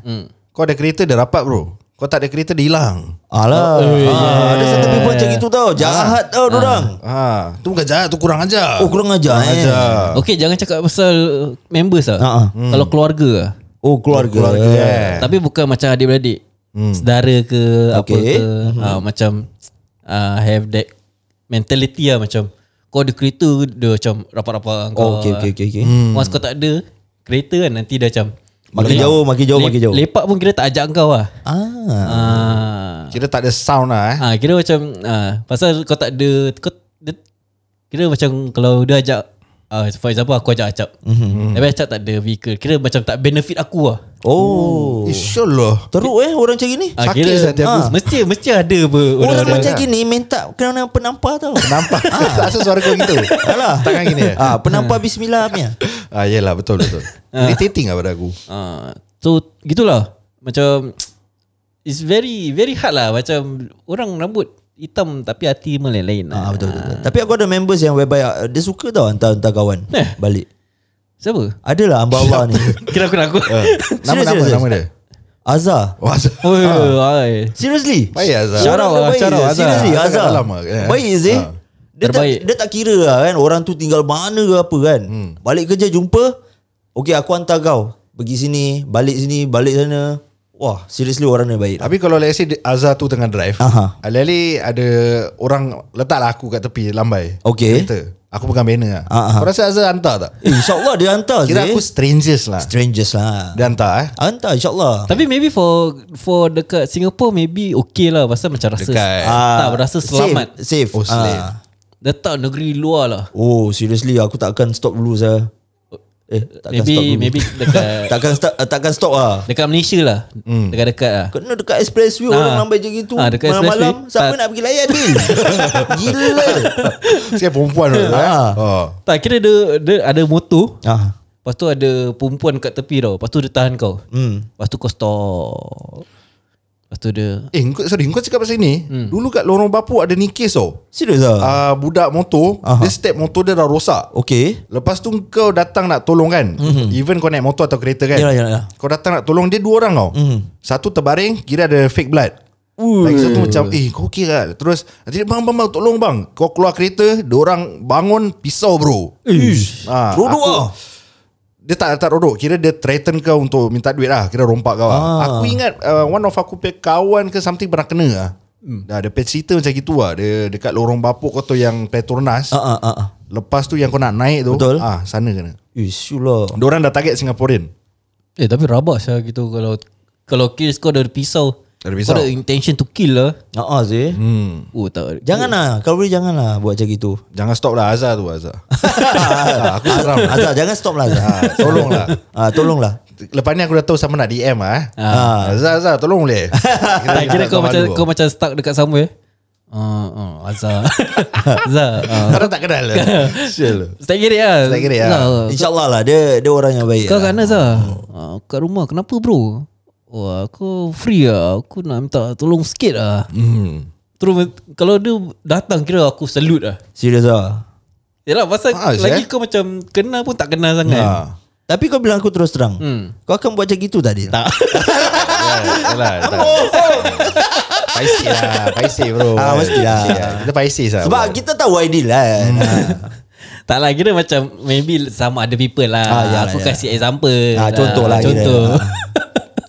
D: Kau ada kereta dah rapat bro Kau tak ada kereta dia hilang
C: Alah, oh, ada certain people macam gitu tau. Jahat tau dorang.
D: Ha, tu bukan jahat tu kurang ajar.
C: Oh kurang ajar
D: Kurang
C: eh.
D: ajar.
B: Okay jangan cakap pasal members lah.
C: Ha, ha.
B: Hmm. Kalau keluarga lah.
C: Oh keluarga.
D: Keluarga eh.
B: Tapi bukan macam adik-beradik. Hmm. Sedara ke apa ke.
C: Okay.
B: Hmm. Ha, macam uh, have that mentality lah macam kau ada kereta dia macam rapat-rapat dengan kau.
C: Oh okey okey okey okey.
B: Hmm. Once kau tak ada kereta kan nanti dia macam
C: Makin jauh, makin jauh,
B: lep-
C: makin jauh.
B: Lepak pun kira tak ajak kau lah.
C: Ah.
B: Ah.
D: Kira tak ada sound lah eh.
B: Ah kira macam ah pasal kau tak ada kau dia, kira macam kalau dia ajak ah for example aku ajak Acap.
C: Hmm.
B: Mm-hmm. Tapi Acap tak ada vehicle. Kira macam tak benefit aku lah.
D: Hmm.
C: Oh.
D: Insyaallah.
C: Teruk eh orang macam gini.
B: Ah,
D: Sakit hati aku.
B: Mesti mesti ada apa
C: Orang, macam gini minta kerana penampar tau.
D: Nampak Tak asal suara kau gitu
C: Alah.
D: Tangan gini eh?
C: Ah, penampar bismillah punya.
D: ah, Yelah betul betul Irritating lah pada aku
B: Ah so gitulah. Macam it's very very hard lah macam orang rambut hitam tapi hati melain-lain. lah.
C: Ah, betul, betul, betul. Tapi aku ada members yang whereby ah, dia suka tau hantar-hantar kawan
B: Eh.
C: balik.
B: Siapa?
C: Adalah hamba-hamba ni.
B: Kira aku nak aku.
D: Nama
C: Ah. Serius,
D: nama
C: serius.
D: nama dia
C: Azhar.
D: Wah
B: Oh, hai.
C: Seriously?
D: Baik, Azhar.
B: Shout out lah,
C: Orang baik,
B: shout out, Azhar.
C: Seriously
D: Azhar
C: Azhar.
D: kat dalam lah, eh.
C: Baik Zee.
D: Ah.
C: Dia tak,
B: Terbaik.
C: dia tak kira lah kan Orang tu tinggal mana ke apa kan Balik kerja jumpa Okay aku hantar kau Pergi sini Balik sini Balik sana Wah seriously orang ni baik
D: Tapi kalau let's say dia- Azhar tu tengah drive
C: Aha.
D: Alih-alih ada Orang letaklah aku kat tepi Lambai
C: Okay.
D: Kereta Aku pegang banner lah
C: Aha.
D: Kau rasa Azhar hantar tak?
C: Eh, InsyaAllah dia hantar
D: Kira
C: Zee.
D: aku strangers lah
C: Strangers lah
D: Dia hantar eh
C: Hantar insyaAllah
B: Tapi maybe for for dekat Singapore maybe okay lah pasal macam rasa
D: Dekat.
B: Ah, tak berasa selamat.
C: Safe, safe.
D: Oh, safe.
C: Ah.
B: Datang negeri luar lah.
C: Oh seriously aku takkan stop dulu saya Eh
B: Oh, Maybe-
C: takkan stop dulu
B: maybe dekat-
C: Takkan stop, takkan stop lah
B: Dekat Malaysia lah. Hmm. Dekat-dekat lah.
C: Kena dekat
B: Ah.
C: expressway ha. orang lambai je gitu.
B: Ah, dekat expressway.
C: Malam-malam
B: Ah.
C: siapa
B: Tak.
C: nak pergi layan bil? Gila.
D: Saya perempuan tu eh
C: Ah.
D: oh.
B: Tak kira dia, dia ada motor.
C: Ah.
B: Lepas tu ada perempuan kat tepi tau. Lepas tu dia tahan kau.
C: Hmm.
B: Lepas tu kau stop. Lepas tu dia.
D: Eh kau, sorry kau cakap pasal ni
C: Hmm.
D: Dulu kat lorong Bapu ada ni kes tau
C: Serius ah?
D: uh, budak motor
C: Aha.
D: dia step motor dia dah rosak.
C: Okey.
D: Lepas tu kau datang nak tolong kan mm-hmm. Even kau naik motor atau kereta
C: Mhm.
D: kan
C: Yalah, yalah, Mhm. yalah.
D: Kau datang nak tolong dia dua orang tau mm-hmm. Satu terbaring Kira ada fake blood Lagi satu macam Eh kau okey tak Terus Nanti dia bang bang bang tolong bang Kau keluar kereta Dia orang bangun Pisau bro
B: Eh, Ish.
D: ha,
C: Rodok
D: aku-
C: ah.
D: Dia tak tak rodok Kira dia threaten kau Untuk minta duit lah Kira rompak kau
C: Ah.
D: lah Aku ingat uh, One of aku punya kawan ke Something pernah kena lah hmm. Dah ada cerita macam gitu lah Dia dekat lorong bapuk kau tu Yang Petronas
C: Ah ah ah. ah.
D: Lepas tu yang kau nak naik tu
C: Betul.
D: ah, Sana kena
C: Ish lah.
D: Diorang dah target Singaporean
B: Eh tapi rabak lah gitu. Kalau kalau case kau ada pisau.
D: Ada pisau.
B: Kau ada intention to kill lah.
C: Ah ah Zee.
D: hmm.
B: Oh tak.
C: Janganlah, kalau boleh janganlah buat macam gitu.
D: Jangan stop lah Azhar tu Azhar ah, Aku seram lah
C: Azhar jangan stop lah Azhar.
D: Tolong lah
C: Ah tolonglah.
D: Lepas ni aku dah tahu sama nak DM lah eh. ah. Azhar Azhar tolong boleh
B: Tak kira
D: minta
B: kau macam
D: malu.
B: kau macam stuck dekat somewhere. Ah, ah, Azhar. Azhar. ah.
D: Kau dah tak kenal lah Sial lah.
B: Stay kiri lah.
D: Stay kiri lah.
B: Lah.
C: InsyaAllah lah dia dia orang yang baik.
B: Kau
C: lah.
B: kat Anas lah ah, Kat rumah kenapa bro Wah aku free lah Aku nak minta tolong sikit lah
D: hmm.
B: Terus kalau dia datang kira aku salute lah
C: Serius ah.
B: Yalah pasal
D: Ah,
B: lagi
C: eh.
D: Syah.
B: kau macam Kenal pun tak kenal sangat
D: ah.
C: Tapi kau bilang aku terus terang.
D: Hmm.
C: Kau akan buat macam gitu
D: Ya,
C: tadi.
B: Tak
D: Yalah, yalah, tak. Paisih lah Paisih bro
C: Ah, mestilah.
D: Paisih lah. Kita paisih lah
C: Sebab kita tahu ideal kan.
D: Hmm.
B: Tak lah kira macam Maybe sama ada people lah
C: Ah, yalah,
B: Aku
C: yalah.
B: kasih example Ah,
C: Ah, contoh lah kira.
B: Contoh
C: Ah.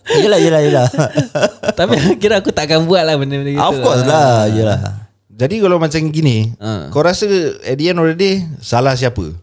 C: Yelah yelah yelah
B: Tapi kira aku takkan buat lah benda-benda gitu
C: Of course lah Yelah
D: Jadi kalau macam gini
B: Ha.
D: Kau rasa At the end of the day Salah siapa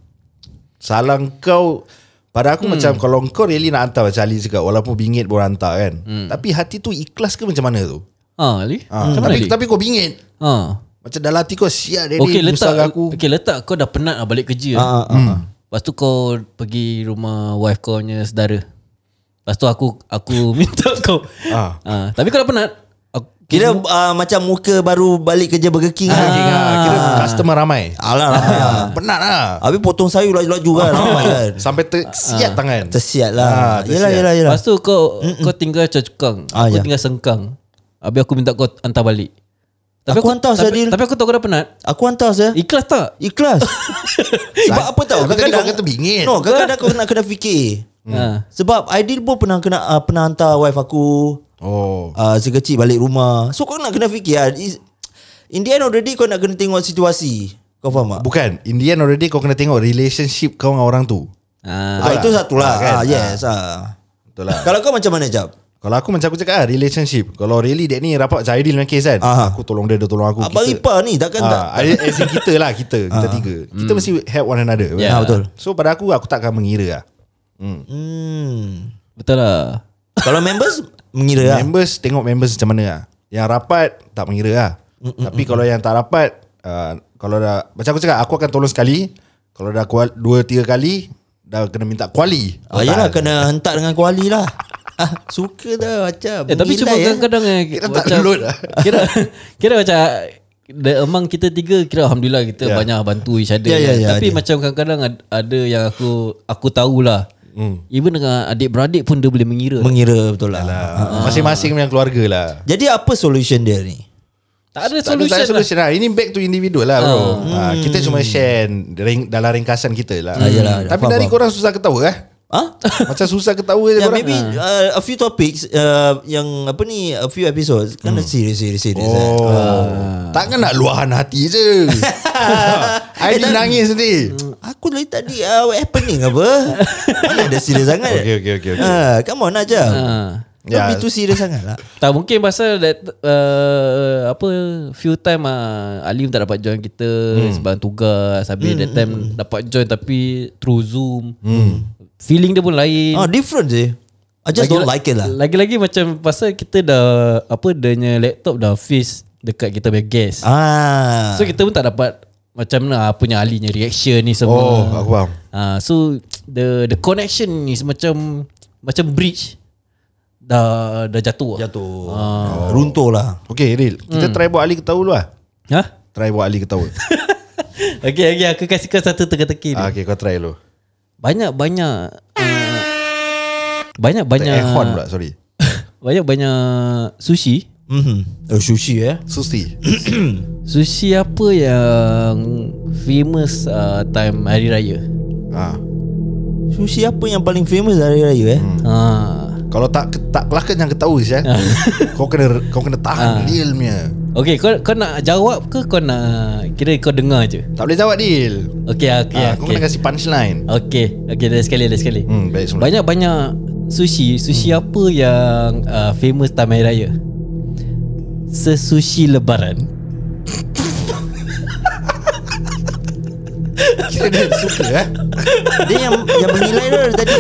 D: Salah kau Pada aku hmm. macam Kalau kau really nak hantar Macam Ali cakap Walaupun bingit boleh hantar kan hmm. Tapi hati tu ikhlas ke macam mana tu
C: lah.
B: Ah, Ali
D: ha.
B: Macam mana
D: Tapi,
B: Ali?
D: tapi kau bingit
B: Ah.
D: Macam dalam hati kau Siap dia
B: Okay
D: ni,
B: letak
D: pusaka aku
B: Okay letak kau dah penat lah balik
D: Hmm.
B: kerja
C: Ah, ah, ah, ah.
B: Lepas tu kau pergi rumah wife kau punya saudara Lepas tu aku aku minta kau
D: Ah.
B: ah. Tapi kau dah penat aku,
C: Kira ah, macam muka baru balik kerja Burger King
D: Ah,
C: ah. Ah.
D: okay, ah, Kira customer ramai
C: Alah lah
D: Penat lah
C: Habis potong sayur laju-laju kan Ramai kan
D: Sampai tersiat tangan
C: Tersiat
D: Ah,
C: lah
D: tersiat.
C: Yelah yelah yelah
B: Lepas tu kau Mm-mm. kau tinggal cacukang
C: Ah,
B: Aku
C: ya.
B: tinggal sengkang Habis aku minta kau hantar balik
C: Aku hantar,
B: tapi,
C: Sadil.
B: tapi aku tahu kau dah penat
C: Aku hantar saya
B: Ikhlas tak?
C: Ikhlas Sebab apa tau
D: Aku tadi
C: Kadang-kadang
D: kau kata bingit.
C: No kadang-kadang kau nak kena fikir
B: Ah.
C: Sebab Aidil pun pernah kena uh, pernah hantar wife aku
D: Oh
C: uh, sekecil balik rumah. So kau nak kena fikir lah. Is- In the end of the day kau nak kena tengok situasi. Kau faham tak?
D: Bukan In the end of the day Kau kena tengok Relationship kau dengan orang tu
B: Ah.
C: Ah, itu satu lah.
D: Ah, kan?
C: Ah, yes. Ah.
D: Betul lah
C: Kalau kau macam mana Jab?
D: Kalau aku macam aku cakap lah Relationship Kalau really dia ni Rapat macam Aidil dengan Kes kan
C: Aha.
D: Aku tolong dia Dia tolong aku
C: Abang
D: Oh, Kita-
C: Ipa Ah, ni takkan tak. Hmm.
D: Ah, Aidil- As in kita lah Kita Kita tiga Kita mesti help one another
B: Ya,
C: Ah, betul.
D: So pada aku Aku takkan mengira lah
C: Hmm.
B: Betul lah
C: Kalau members mengira lah.
D: Members Tengok members macam mana lah Yang rapat Tak mengira lah
C: Mm,
D: Tapi kalau yang tak rapat ah, Kalau dah Macam aku cakap Aku akan tolong sekali Kalau dah kual, Dua tiga kali Dah kena minta kuali
C: Ah, yalah kena hentak dengan kuali lah. Ah, suka dah macam.
B: Eh tapi cuma
C: menggilai,
B: kadang-kadang eh,
D: Kira tak download lah.
B: Kira Kira macam the, Among kita tiga Kira Alhamdulillah kita
D: Ya.
B: yeah. banyak bantu each other
C: Ya, ya, ya,
B: Tapi
C: ada.
B: macam kadang-kadang ad- Ada yang aku Aku tahulah mm. Even dengan adik-beradik pun Dia boleh mengira
C: Mengira betul lah.
D: Ah, Masing-masing punya keluarga lah
C: Jadi apa solution dia ni?
B: Tak ada
D: Tak ada
B: solution
D: tak ada
B: lah
D: solution lah. Ini back to individual lah
C: Ah.
D: bro. Ha, kita cuma share ring, dalam ringkasan kita lah.
C: Hmm. Ah, yalah,
D: Tapi
C: faham,
D: dari
C: faham.
D: korang susah ketawa eh.
C: Ah?
D: Macam susah ketawa je
C: Yeah,
D: korang. lah.
C: maybe uh, a few topics uh, yang apa ni a few episodes kan hmm. serious serious serious. eh.
D: Oh. Takkan nak luahan hati je. I
C: Eh, tak-
D: nangis nanti.
C: Aku dari tadi uh, what happening apa? Mana ada serious sangat?
D: Okay, okay, okay, okay.
C: Ah, come on Najam.
B: Ah.
C: Don't be
D: Yeah.
C: too serious sangat lah.
B: Tak mungkin pasal that, uh, Apa Few time uh, Alim tak dapat join kita mm. Sebab tugas Habis mm. that time Dapat join tapi Through Zoom mm. Feeling dia pun lain
C: Ah, different je. I just don't like it lah.
B: Lagi-lagi macam pasal kita dah apa denya laptop dah fix dekat kita punya gas. Ah.
C: Ah.
B: So kita pun tak dapat macam mana apa yang alinya reaction ni semua.
D: Oh, aku faham.
B: Ah, so the the connection is macam macam bridge dah dah jatuh. lah.
C: jatuh. Ah. Runtuh lah.
D: Okay, Ril. Kita try buat Ali ketawa dulu lah.
B: Ha?
D: Try buat Ali ketawa.
B: Okay, okay aku kasih kau satu teka-teki ni.
D: ah, okay, kau try dulu.
B: Banyak-banyak ah, banyak-banyak
D: Aircon eh, pula, sorry.
B: banyak-banyak sushi.
C: Mm-hmm. Oh, sushi eh.
D: Susi.
B: Sushi apa yang famous uh, time hari raya?
D: ah.
C: Sushi apa yang paling famous dari raya eh?
B: Hmm. Ah.
D: Kalau tak tak kelakar jangan ketawa je. eh. kau kena kau kena
C: Ah.
D: tahan Ril punya.
B: Okay, kau kau nak jawab ke kau nak kira kau dengar je?
D: Tak boleh jawab Ril.
B: Okay, okay,
D: Ah,
B: okay.
D: Kau kena kasih punchline.
B: Okay, okay, dah sekali, dah sekali.
D: Hmm, baik semula.
B: Banyak-banyak sushi, sushi apa yang uh, famous time hari raya? Sesushi lebaran.
D: Kira dia suka eh.
C: Dia yang yang menilai dia dari tadi.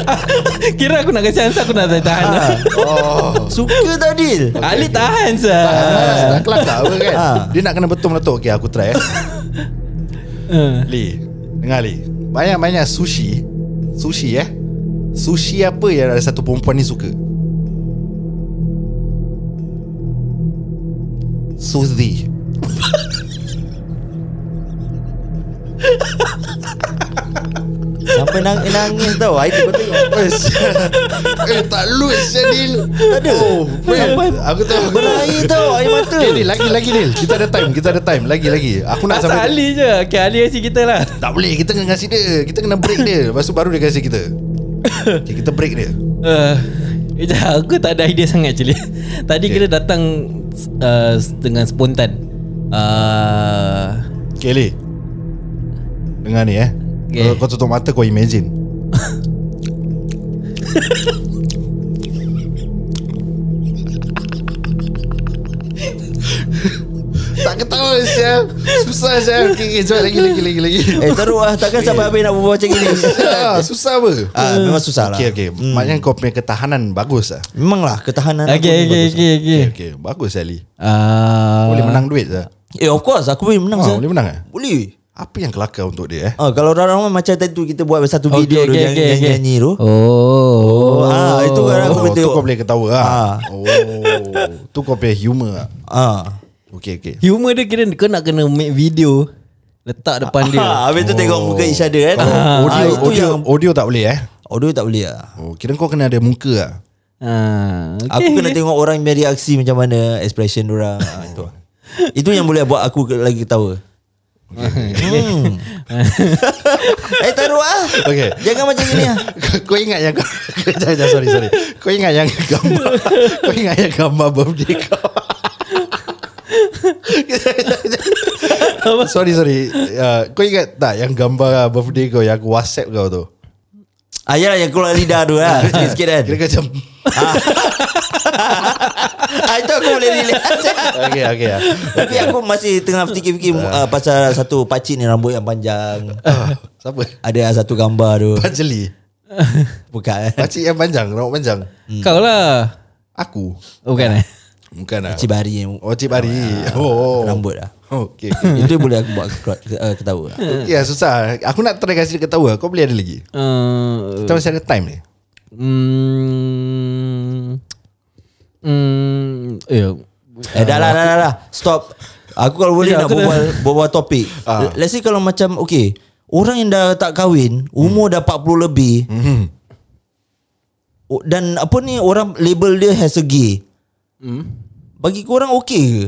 B: kira aku nak kasi answer aku nak tahan.
C: Ah.
D: Oh.
C: Suka tadi.
B: Ah. Ali tahan sah.
D: Ah, tak kelakar apa kan
C: Ah.
D: Dia nak kena betul meletup Okay aku try eh Li Dengar Li Banyak-banyak sushi Sushi eh Sushi apa yang ada satu perempuan ni suka Suzy
C: Sampai nang- nangis tau. Air tiba tengok.
D: Eh sial. Eh, tak lose Syadil Tak ada oh, man. Aku tahu aku
C: Berair tau air mata.
D: Okay, Dil, lagi lagi Dil. Kita ada time, kita ada time. Lagi lagi. Aku nak
B: Asal
D: sampai
B: Ali je. Okay, Ali kasi kita lah.
D: Tak boleh, kita kena kasih dia. Kita kena break dia. Lepas tu baru dia kasih kita. Okay, kita break dia.
B: Uh, Sekejap aku tak ada idea sangat actually Tadi okay.
D: Okay.
B: kira datang uh, Dengan spontan uh,
D: Okay, Li. Dengar ni eh.
B: Okay.
D: Kau, kau tutup mata kau imagine. tak ketawa sial. Susah sial. Okay, okay, jom lagi lagi lagi lagi.
C: Eh teruk lah Takkan sampai habis nak berbual macam ni
D: Ah, susah apa?
C: Ah, Memang susah lah
D: Okay, okay. Hmm. Maknanya kau punya ketahanan bagus lah.
C: Memang lah ketahanan aku
B: Okay
C: ni
B: okay
C: bagus.
B: okay okay.
D: Okay, okay. Bagus Ali.
B: Ah.
D: Boleh menang duit lah.
C: Eh of course Aku boleh menang
D: Ah,
C: sah.
D: boleh menang eh?
C: Boleh
D: Apa yang kelakar untuk dia eh?
C: Ah, Kalau orang-orang macam tadi tu Kita buat satu
B: Okay,
C: video tu
B: okay,
C: yang
B: okay, okay.
C: Nyanyi-nyanyi tu
B: Oh.
C: Oh, ah, itu kan aku
D: Oh,
C: boleh
D: tu
C: tengok
D: kau boleh ketawa lah.
C: Ah.
D: Oh, tu kau punya humor lah.
C: Ah.
D: Okay, okay.
B: Humor dia kira kau nak kena make video letak depan dia.
C: Ha, habis tu tengok muka each other kan.
D: Oh,
C: Ah,
D: audio,
C: itu
D: audio,
C: yang
D: audio tak boleh eh?
C: audio tak boleh lah.
D: Oh, kira kau kena ada muka lah.
B: Ha. Okay.
C: Aku kena tengok orang punya reaksi macam mana, expression orang. Ah, itu. Itu yang boleh buat aku ke- lagi ketawa. Hmm. eh taruh ah.
D: Okay.
C: Jangan macam gini ah.
D: kau ingat yang kau jangan, jangan, sorry sorry. Kau ingat yang gambar kau ingat yang gambar birthday kau. sorry sorry. Uh, kau ingat tak yang gambar birthday kau yang aku WhatsApp kau tu?
C: Ah yalah yang keluar lidah tu ah. Sikit-sikit kan.
D: Kira kau macam
C: Ah, itu aku boleh relate.
D: Okay okay lah.
C: Tapi aku masih tengah fikir-fikir ah, pasal satu pakcik ni rambut yang panjang.
D: Ah, Siapa?
C: Ada satu gambar tu.
D: Panjeli
C: Bukan.
D: Pakcik yang panjang Rambut panjang
C: Hmm.
B: Kau lah.
D: Aku
B: Oh, bukan eh.
D: Bukan lah
C: Pakcik bari yang
D: Oh Cik Bari Oh, oh.
C: rambut lah.
D: Okay, okay.
C: Itu boleh aku buat keluar- ke- eh, ketawa lah.
D: Ya susah Aku nak try kasi dia ketawa Kau boleh ada lagi
B: Uh,
D: Kita masih ada time ni
B: Hmm. Hmm. Eh.
C: Eh dah lah dah lah, dah Stop Aku kalau boleh
D: Ya,
B: Tidak,
C: nak
B: aku dah-
C: berbual, berbual topik
D: Ah.
C: Let's say kalau macam Okay Orang yang dah tak
D: Hmm.
C: kahwin Umur dah 40 lebih o- Dan apa ni Orang label dia as a gay
D: Hmm.
C: Bagi korang okay ke?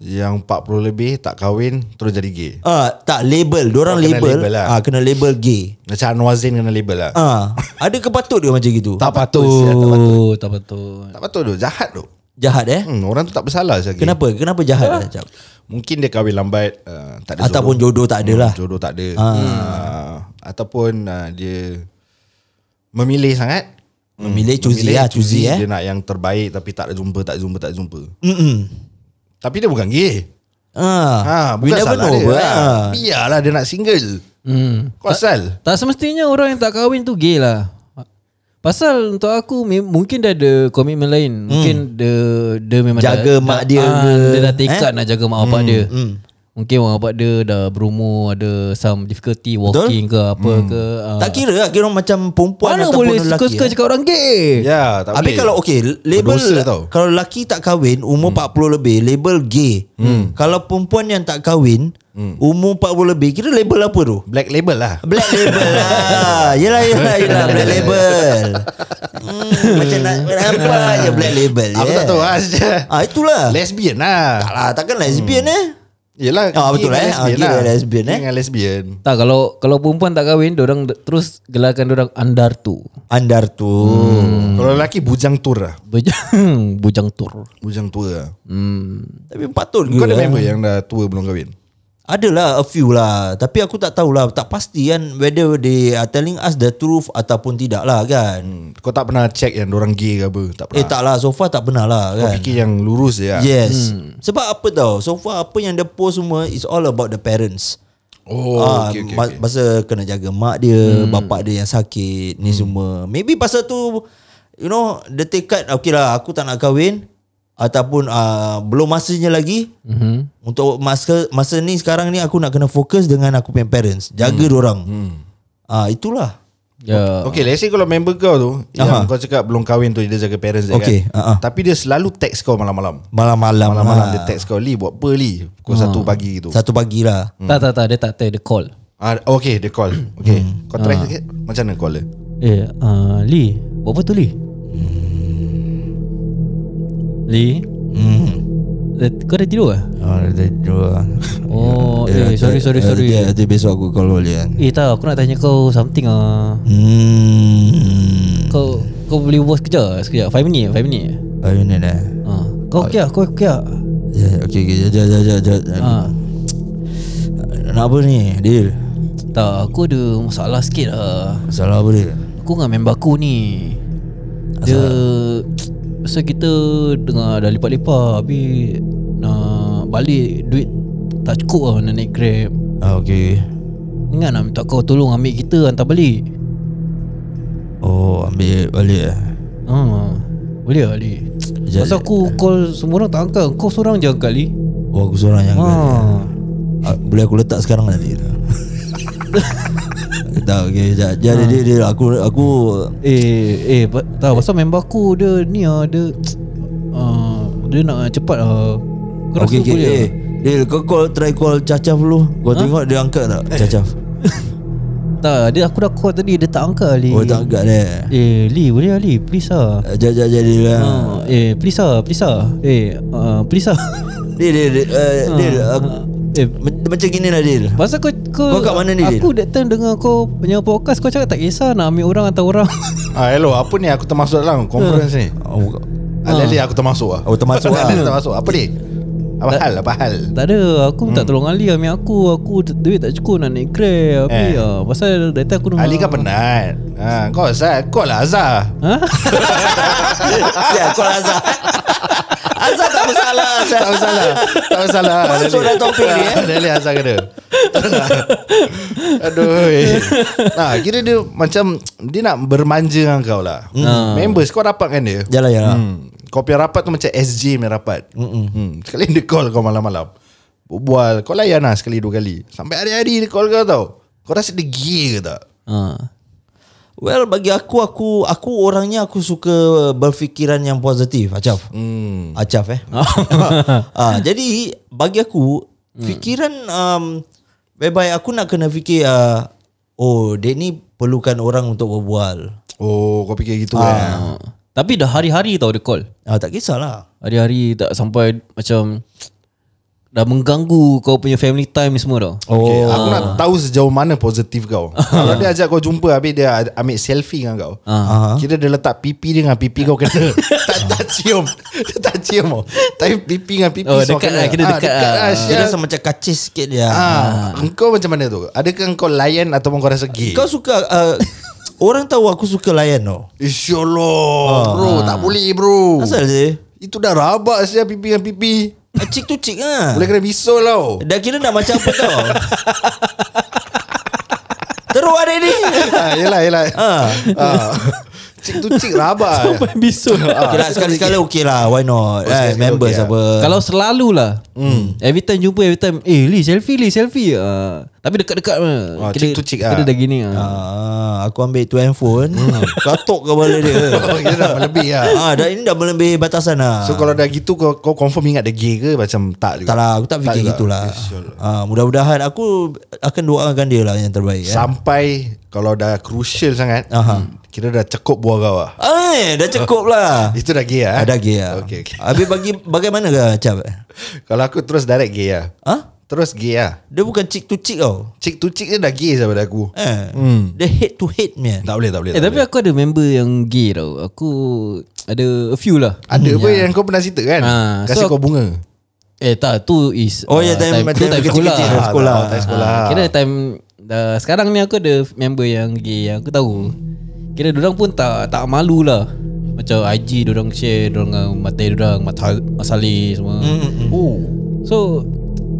D: Yang 40 lebih Tak kahwin Terus jadi gay
C: Ah, tak label Diorang
D: Oh,
C: oh,
D: kena
C: label,
D: label lah.
C: ah, Kena label gay
D: Macam Anwar Zain kena label lah
C: ah, Ada kepatut dia macam gitu
D: Tak patut sial, Tak patut
B: Oh, tak patut.
D: Tak patut tu Jahat tu
C: Jahat eh
D: hmm, Orang tu tak bersalah lagi
C: Kenapa? Kenapa jahat ah. macam?
D: Mungkin dia kahwin lambat uh, Tak ada
C: Ataupun jodoh tak ada lah.
D: hmm, Jodoh tak ada uh, Ataupun uh, dia Memilih sangat
C: Memilih choosy lah, choosy, eh.
D: Dia nak yang terbaik Tapi tak jumpa Tak jumpa Tak jumpa
C: Mm-mm.
D: Tapi dia bukan gay
C: Ah,
D: ha,
C: we
D: Bukan
C: never
D: salah
C: know
D: dia
C: apa,
D: ha.
C: ah.
D: Biarlah dia nak single
B: Hmm.
D: Kau asal
B: Tak semestinya orang yang tak kahwin tu gay lah. Pasal untuk aku mem- mungkin dia ada komitmen lain. Mungkin dia dia memang
C: Hmm. Jaga
B: dah,
C: mak
B: dah-
C: dia
B: ah,
C: ke?
B: dia dah tekad
C: Eh? hmm.
B: nak jaga mak bapak dia. Mungkin mak bapak dia dah berumur ada some difficulty walking Betul? ke apa ke. ah.
C: Hmm. Tak kira lah Kira macam perempuan
B: mana
C: ataupun
B: boleh
C: lelaki,
B: suka-suka
C: eh.
B: cakap orang gay?
D: Ya tak
C: Habis
D: boleh
C: kalau okay Label
D: Berdosa lah tau. Hmm.
C: Kalau lelaki tak kahwin Umur 40 lebih Label gay Kalau perempuan yang tak kahwin
D: Hmm.
C: Umur 40 lebih Kira label apa tu?
D: Black label lah
C: Black label lah Yelah yelah yelah Black label hmm, Macam nak Nampak je black label
D: Aku
C: yeah.
D: tak tahu lah Azhar.
C: Ah itulah
D: Lesbian lah
C: Tak lah takkan lesbian eh
D: Yelah
C: Ah, betul,
D: gay
C: eh.
D: dengan lah.
C: Ah, gay dengan lesbian,
D: Gay
C: eh.
D: dengan lesbian
B: Tak kalau kalau perempuan tak kahwin, orang terus gelarkan orang andar tu.
C: Andar tu Hmm.
D: Kalau lelaki bujang tur lah
B: Bujang, bujang tur.
D: Bujang tua lah
B: Hmm.
C: Tapi patut ke
D: Kau ada
C: eh?
D: member yang dah tua belum kahwin
C: Adalah a few lah Tapi aku tak tahulah Tak pasti kan Whether they are telling us the truth Ataupun tidak lah kan
D: Hmm, Kau tak pernah check yang orang gay ke apa Tak
C: Eh
D: pernah
C: tak lah So far tak pernah lah
D: Kau
C: kan
D: fikir yang lurus je lah
C: Yes Sebab apa tau So far apa yang dia post semua It's all about the parents
D: Oh
C: Ah,
D: okay, okay,
C: ma-
D: okay.
C: Pasal kena jaga mak dia Bapak dia yang sakit Ni semua Maybe pasal tu You know The tekad Okay lah aku tak nak kahwin Ataupun uh, Belum masanya lagi
B: Mhm.
C: Untuk masa masa ni sekarang ni aku nak kena fokus dengan aku punya parents. Jaga hmm. orang. Hmm. Ah itulah. Oh.
B: Ya.
D: Okay let's say kalau member kau tu Yang
C: Uh-huh. Aha.
D: kau cakap belum kahwin tu Dia jaga parents dia
C: Okay,
D: kan
C: ah, ah.
D: Tapi dia selalu text kau malam-malam
C: Malam-malam.
D: Malam-malam
C: lah.
D: dia text kau Lee buat apa Lee Pukul
C: Ah.
D: satu pagi gitu
C: Satu pagi lah.
B: Tak tak tak dia tak tak dia call.
D: ah, Okay dia call Okay
C: Hmm.
D: Kau try
C: Ah.
D: sikit Macam mana call dia
B: Eh, uh, Lee, buat apa tu Lee? Lee,
C: Hmm.
B: eh, kau dah tidur ke?
C: Oh, dia dua.
B: Oh, eh, sorry sorry sorry.
C: Dia, dia besok aku call kan. balik.
B: Eh, tak, aku nak tanya kau something ah.
C: Hmm.
B: Kau kau boleh buat sekejap, sekejap. 5 minit, 5 minit.
C: Oh, ini dah.
B: Ha. Kau okey ah, kau okey ah.
C: Ya, okay, okay. Jom, jom, jom, jom.
B: Ha.
C: Nak apa ni? Deal.
B: Tak, aku ada masalah sikit lah.
C: Masalah apa dia?
B: Aku dengan member aku ni Dia Pasal kita Dengar dah lipat-lipat Habis Nak balik duit tak cukup lah nak naik grab
C: ah, Okay
B: Ingat nak minta kau tolong ambil kita hantar balik
C: Oh ambil balik lah
B: ha, Boleh lah Ali
C: Sekejap,
B: Pasal aku call semua orang tak angkat Kau seorang je angkat Ali
C: Oh aku seorang yang
B: ha.
C: Ah, Boleh aku letak sekarang nanti Tak okay sekejap Sekejap dia, dia, dia, Aku Aku
B: Eh eh pa- tahu pasal member aku dia ni ah dia uh, dia nak cepat ah. Kau rasa
C: Okay okay
B: boleh
C: eh,
B: ah?
C: Dil kau call Try call Cacaf dulu Kau tengok dia angkat tak Cacaf
B: Tak, dia aku dah call tadi dia tak angkat Ali.
C: Oh tak angkat dia
B: Eh
C: Eh,
B: Li boleh Ali please ah.
C: Sekejap sekejap sekejap Dil lah
B: Ha, eh please ah, please ah. Eh uh, please ah.
C: Dil Dil Dil, eh, Dil aku-
B: eh
C: ma- Macam gini lah Dil
B: Pasal kau
C: Kau
B: Kau
C: kat mana ni, Din?
B: Aku that time dengar kau Punya podcast Kau cakap tak kisah Nak ambil orang atau orang
D: Ah, hello, apa ni aku termasuk dalam conference ni?
C: Oh,
D: Alih-alih aku termasuk ah.
C: Oh, termasuk lah.
D: Alih-alih termasuk. Apa ni? Apa hal? Apa hal?
B: Tak ada Aku
D: Hmm.
B: minta tolong Ali Ambil aku Aku t- duit tak cukup Nak naik grab Habis
D: Eh.
B: lah Pasal data aku dengar
D: Ali kan penat. Ha, kau Azhar, kau lah Azhar.
B: Ha?
C: Ya kau Azhar Azhar tak bersalah Azhar
D: Tak bersalah. tak bersalah.
C: Masuk dah topik ni, eh.
D: Alih-alih Azhar kena. Aduh. eh. Nah, kira dia macam dia nak bermanja dengan kau lah. Members kau rapat kan dia?
C: Jalan ya
D: Hmm. Kau punya rapat tu macam SJ punya rapat. Hmm. Sekali dia call kau malam-malam. Berbual. Kau layan lah sekali dua kali. Sampai hari-hari dia call kau tau. Kau rasa dia gila ke tak?
B: ha.
C: Well bagi aku aku aku orangnya aku suka berfikiran yang positif Acaf. Hmm. Acaf eh. ah jadi bagi aku
D: Hmm.
C: fikiran um whereby aku nak kena fikir uh, oh dia ni perlukan orang untuk berbual.
D: Oh kau fikir gitu eh.
B: ha. Tapi dah hari-hari tau dia call
C: Ah tak kisahlah.
B: Hari-hari tak sampai Macam Dah mengganggu Kau punya family time ni semua tau
D: Okay, aku nak tahu sejauh mana positif kau. Kalau dia ajak kau jumpa habis dia ad- ambil selfie dengan kau.
C: Ah.
D: Kira dia letak pipi dia dengan pipi kau kena. tak tak cium. Dia tak cium tau. Tapi pipi dengan pipi
B: Oh,
D: semua
B: dekat lah, kira
D: Ah,
B: dekat lah.
D: lah.
C: Dia
D: Syah.
C: rasa macam kacis sikit dia.
D: Ah, Kau macam mana tu? Adakah kau layan ataupun kau rasa gay?
C: Kau suka uh, orang tahu aku suka layan tau.
D: InsyaAllah Bro tak boleh bro
C: Asal dia
D: Itu dah rabak saya pipi dengan pipi
C: Cik tu cik ah.
D: Boleh kena bisul tau
C: Dah kira nak macam apa tau Teruk ada ni
D: ah, Yelah yelah
C: Ah.
D: ah. Cik tu cik rabak
B: Sampai bisul
D: Ah,
C: Okay lah sekali-sekali okay lah Why not
D: Oh,
C: eh,
D: sekali-sekali
C: Members
D: okey lah.
C: apa
B: Kalau selalu lah
D: Hmm.
B: mm. Every time jumpa Every time Eh Lee selfie Lee selfie uh, Tapi dekat-dekat
D: Ah,
B: uh,
D: cheek to cheek
B: Kita
D: ah.
B: dah gini uh.
C: Ah, aku ambil tu handphone
D: Hmm.
C: Katuk kepala dia
D: Kita dah melebih lah
C: ah, dah, Ini dah melebihi batasan lah
D: So kalau dah gitu kau, kau confirm ingat dia gay ke Macam tak juga
C: Tak lah aku tak fikir
D: juga.
C: gitulah
D: InsyaAllah.
C: ah, Mudah-mudahan aku akan doakan dia lah yang terbaik
D: Ya.
C: kan?
D: Sampai Kalau dah crucial sangat hmm,
C: Aha.
D: Kira dah cekup buah kau lah
C: Eh dah cukup lah
D: Itu dah gay lah
C: Ada gay lah
D: okay, okay.
C: Habis bagi, bagaimana ke Cap?
D: Kalau aku terus direct gay lah
C: Ha?
D: Terus gay lah
C: Dia bukan chick to chick tau
D: Cik tu cik dia dah gay daripada aku
C: Eh,
D: Hmm.
C: Dia head to head man
D: Tak boleh tak boleh
B: Eh
D: tak
B: tapi aku ada member yang gay tau Aku Ada a few lah
D: Ada apa yang kau pernah cerita kan
B: Ha,
D: Kasih
B: so-
D: kau bunga
B: Eh tak tu is uh,
C: Oh,
D: Ah,
C: ya, time-
B: tu
C: time kecil-kecil, lah. time
B: Ah,
C: sekolah.
D: Time sekolah
B: Ah, Kira time dah sekarang ni aku ada member yang gay yang aku tahu. Kira orang pun tak tak malu lah. Macam IG orang share orang dengan matai orang mata masali semua.
C: Hmm,
D: Oh
B: So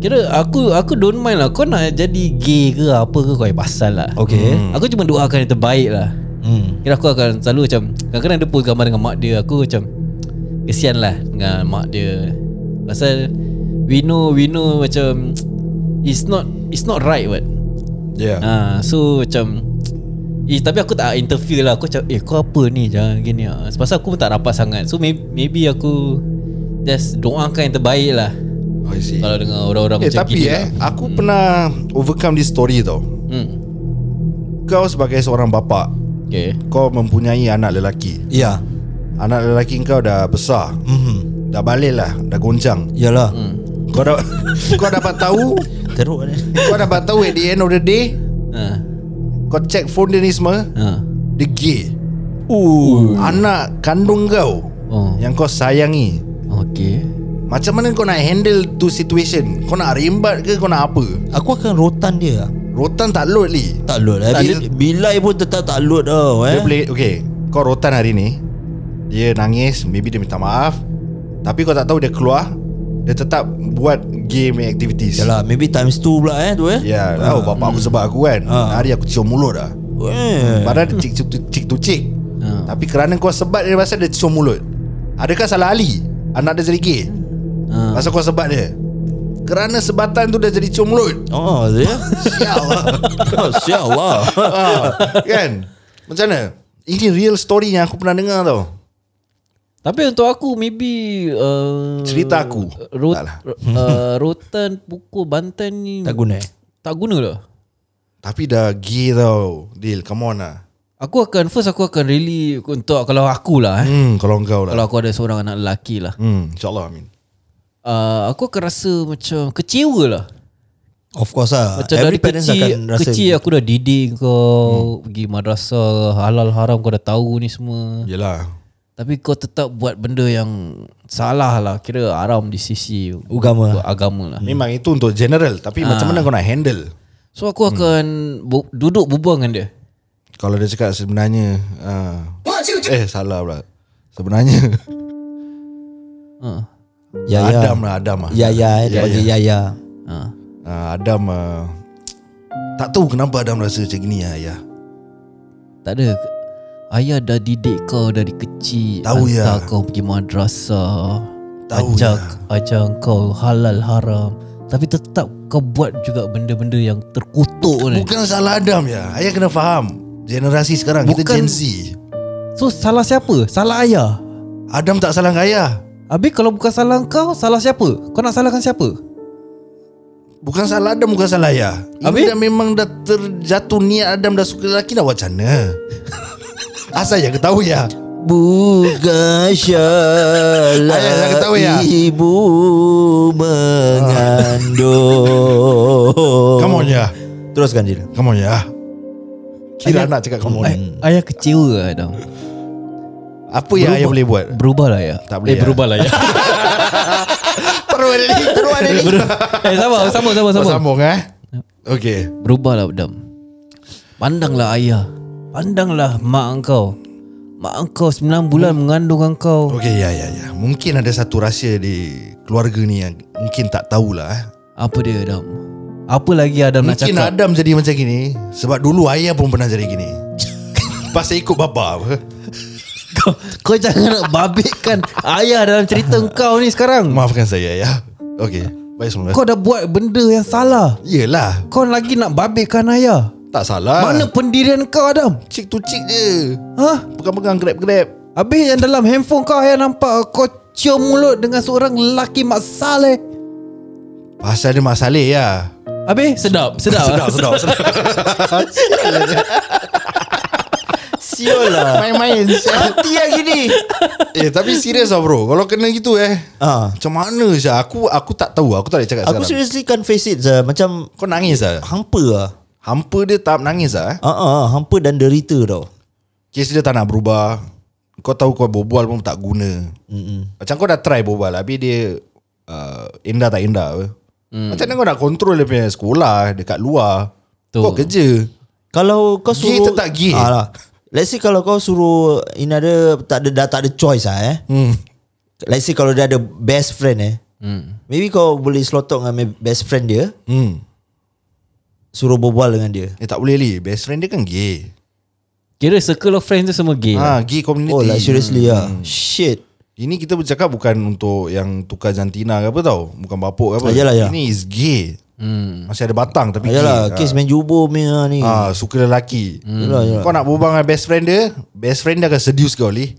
B: kira aku aku don't mind lah kau nak jadi gay ke apa ke kau yang pasal lah.
C: Okay.
B: Aku cuma doakan yang terbaik lah.
C: Hmm.
B: Kira aku akan selalu macam kadang-kadang dia post gambar dengan mak dia aku macam kesian lah dengan mak dia. Pasal we know we know macam it's not it's not right what.
D: Yeah
B: Ha, so macam Eh tapi aku tak interfere lah Aku macam Eh kau apa ni Jangan gini lah Sebab aku pun tak rapat sangat So maybe, maybe aku Just doakan yang terbaik lah
D: Oh, I see
B: Kalau dengan orang-orang
D: Eh
B: macam
D: tapi
B: gini
D: eh
B: lah.
D: Aku pernah Overcome this story tau
B: hmm.
D: Kau sebagai seorang bapa
B: Okay
D: Kau mempunyai anak lelaki
C: Ya
D: Anak lelaki kau dah besar
C: mm-hmm.
D: Dah balik lah Dah goncang
C: Yalah
D: Hmm. Kau dah Kau dapat tahu
C: lah. Teruk ni
D: Kau dapat tahu At the end of the day
B: ha.
D: Kau check phone dia ni semua
B: Ha.
D: Dia gay Ooh. Anak kandung kau
B: Oh.
D: Yang kau sayangi
B: Okay
D: Macam mana kau nak handle tu situation Kau nak rembat ke kau nak apa
C: Aku akan rotan dia
D: Rotan tak load li
C: Tak load eh.
D: Tak,
C: Bil- Bilai pun tetap tak load tau eh.
D: Dia boleh Okay Kau rotan hari ni Dia nangis Maybe dia minta maaf Tapi kau tak tahu dia keluar Dia tetap buat game and activities
C: Yalah maybe times 2 pula eh tu eh
D: Ya yeah, tahu bapak aku sebab aku kan
C: Ah.
D: Hari aku cium mulut lah
C: Eh.
D: Padahal dia cik, cik, cik tu cik
B: Ah.
D: Tapi kerana kau sebat dia Pasal dia cium mulut Adakah salah Ali Anak dia jadi gay
B: Ah.
D: Pasal kau sebat dia Kerana sebatan tu Dia jadi cium mulut
C: Oh dia
D: Sial lah
C: Oh, Sial lah
D: Ah, Kan Macam mana Ini real story yang aku pernah dengar tau
B: Tapi untuk aku maybe uh,
D: Cerita aku.
B: rot,
D: Tak lah.
B: uh, Rotan Pukul Banten ni
C: Tak guna eh
B: Tak guna lah
D: Tapi dah gay tau Dil come on lah
B: Aku akan First aku akan really Untuk kalau aku lah eh,
D: Hmm kalau engkau
B: Kalau
D: lah
B: aku ada seorang anak lelaki lah
D: Hmm insyaAllah amin
B: uh, Aku akan rasa macam Kecewa lah
C: Of course lah
B: Macam dari kecil Kecil aku dah didik
D: Hmm.
B: kau Pergi madrasah Halal haram kau dah tahu ni semua
D: Yelah
B: Tapi kau tetap buat benda yang Salah lah Kira haram di sisi
C: Agama.
B: Agama lah
D: Memang itu untuk general Tapi macam mana kau nak handle
B: So aku akan bu- Duduk berbual dengan dia
D: Kalau dia cakap sebenarnya uh, Eh salah pula Sebenarnya
B: ha.
C: Ya ya
D: Adam lah Adam lah
C: Ya ya eh Dia panggil ya ya
B: Ha.
D: uh, Adam uh, Tak tahu kenapa Adam rasa macam gini lah ya.
B: Tak ada Ayah dah didik kau dari kecil
D: Tahu ya.
B: Hantar kau pergi madrasah
D: Tahu
B: ajar, ajar kau halal haram Tapi tetap kau buat juga benda-benda yang terkutuk ni
D: Bukan salah Adam ya Ayah kena faham Generasi sekarang Kita
B: Bukan-
D: Gen Z
B: So salah siapa? Salah ayah
D: Adam tak salah dengan ayah
B: Habis kalau bukan salah kau Salah siapa? Kau nak salahkan siapa?
D: Bukan salah Adam Bukan salah ayah
B: Habis?
D: Ini dah memang dah terjatuh Niat Adam dah suka lelaki Nak buat macam mana Asal ya ketahui ya
C: Bukan
D: Ayah, jangan
C: syarat
D: ketawa, ya.
C: Ibu mengandung
D: Come on ya
C: Oh. Teruskan Dil
D: Come on ya Kira nak cakap come on
B: Hmm.
D: Eh,
B: Ayah kecewa Adam
D: Apa
B: Eh,
D: yang ayah boleh buat
B: Berubahlah ayah
D: Tak boleh,
B: Eh
D: ya.
B: berubahlah ayah
D: Terus ni Terus ni
B: Eh sabar Sama sama
D: Kau
B: sama
D: sambung eh Okay
B: Berubahlah Adam Pandanglah ayah Pandanglah mak engkau Mak engkau 9 bulan mengandung engkau
D: Okay ya ya ya Mungkin ada satu rahsia di keluarga ni Yang mungkin tak tahulah eh.
B: Apa dia Adam Apa lagi Adam nak
D: Mungkin
B: cakap
D: Adam jadi macam gini Sebab dulu ayah pun pernah jadi gini Pasal ikut bapa apa
B: kau, kau jangan nak babitkan Ayah dalam cerita engkau ni sekarang
D: Maafkan saya ya Okay Baik semula
B: Kau dah buat benda yang salah
D: Yelah
B: Kau lagi nak babitkan ayah
D: Tak salah
B: Mana pendirian kau Adam
D: Cik tu cik je
B: Ha?
D: Pegang-pegang grab-grab
B: Habis yang dalam handphone kau ayah nampak Kau cium mulut dengan seorang lelaki mak saleh
D: Pasal dia Mak Saleh ya
B: Habis sedap Sedap
D: Sedap sedap, sedap.
C: Siul lah
D: Main-main
C: Mati lah gini
D: Eh tapi serius lah bro Kalau kena gitu eh
C: Ah.
D: Macam mana je Aku aku tak tahu Aku tak boleh cakap
C: Aku
D: sekarang
C: seriously can't face it sah. Macam
D: Kau nangis lah
C: Hampa lah
D: Hampa dia tak nangis lah eh.
C: Ah, ah, ah, hampa dan derita tau
D: Kes dia tak nak berubah Kau tahu kau berbual pun tak guna Mm-mm. Macam kau dah try berbual lah, Habis dia uh, Indah tak indah apa mm. Macam mana kau nak kontrol dia punya sekolah Dekat luar
B: Tu.
D: Tuh. Kau kerja
C: Kalau kau
D: Gay
C: suruh
D: tetap gay.
C: Alah. Let's say kalau kau suruh In ada tak ada, dah tak ada choice lah eh
D: hmm.
C: Let's say kalau dia ada best friend eh
B: Hmm.
C: Maybe kau boleh slotok dengan best friend dia
D: Hmm.
C: Suruh berbual dengan dia
D: Eh tak boleh li Best friend dia kan gay
B: Kira circle of friends tu semua gay lah.
D: ha, Gay community Hmm.
C: Oh like seriously lah Shit
D: Ini kita bercakap bukan untuk yang tukar jantina ke apa tau Bukan bapuk ke apa
C: Ah, yalah, yalah.
D: Ini is gay hmm. Masih ada batang tapi
C: Ayolah
D: gay
C: kes main jubur punya ni
D: ah, ah, Suka lelaki hmm.
C: Yalah, yalah.
D: Kau nak berbual dengan best friend dia Best friend dia akan seduce kau li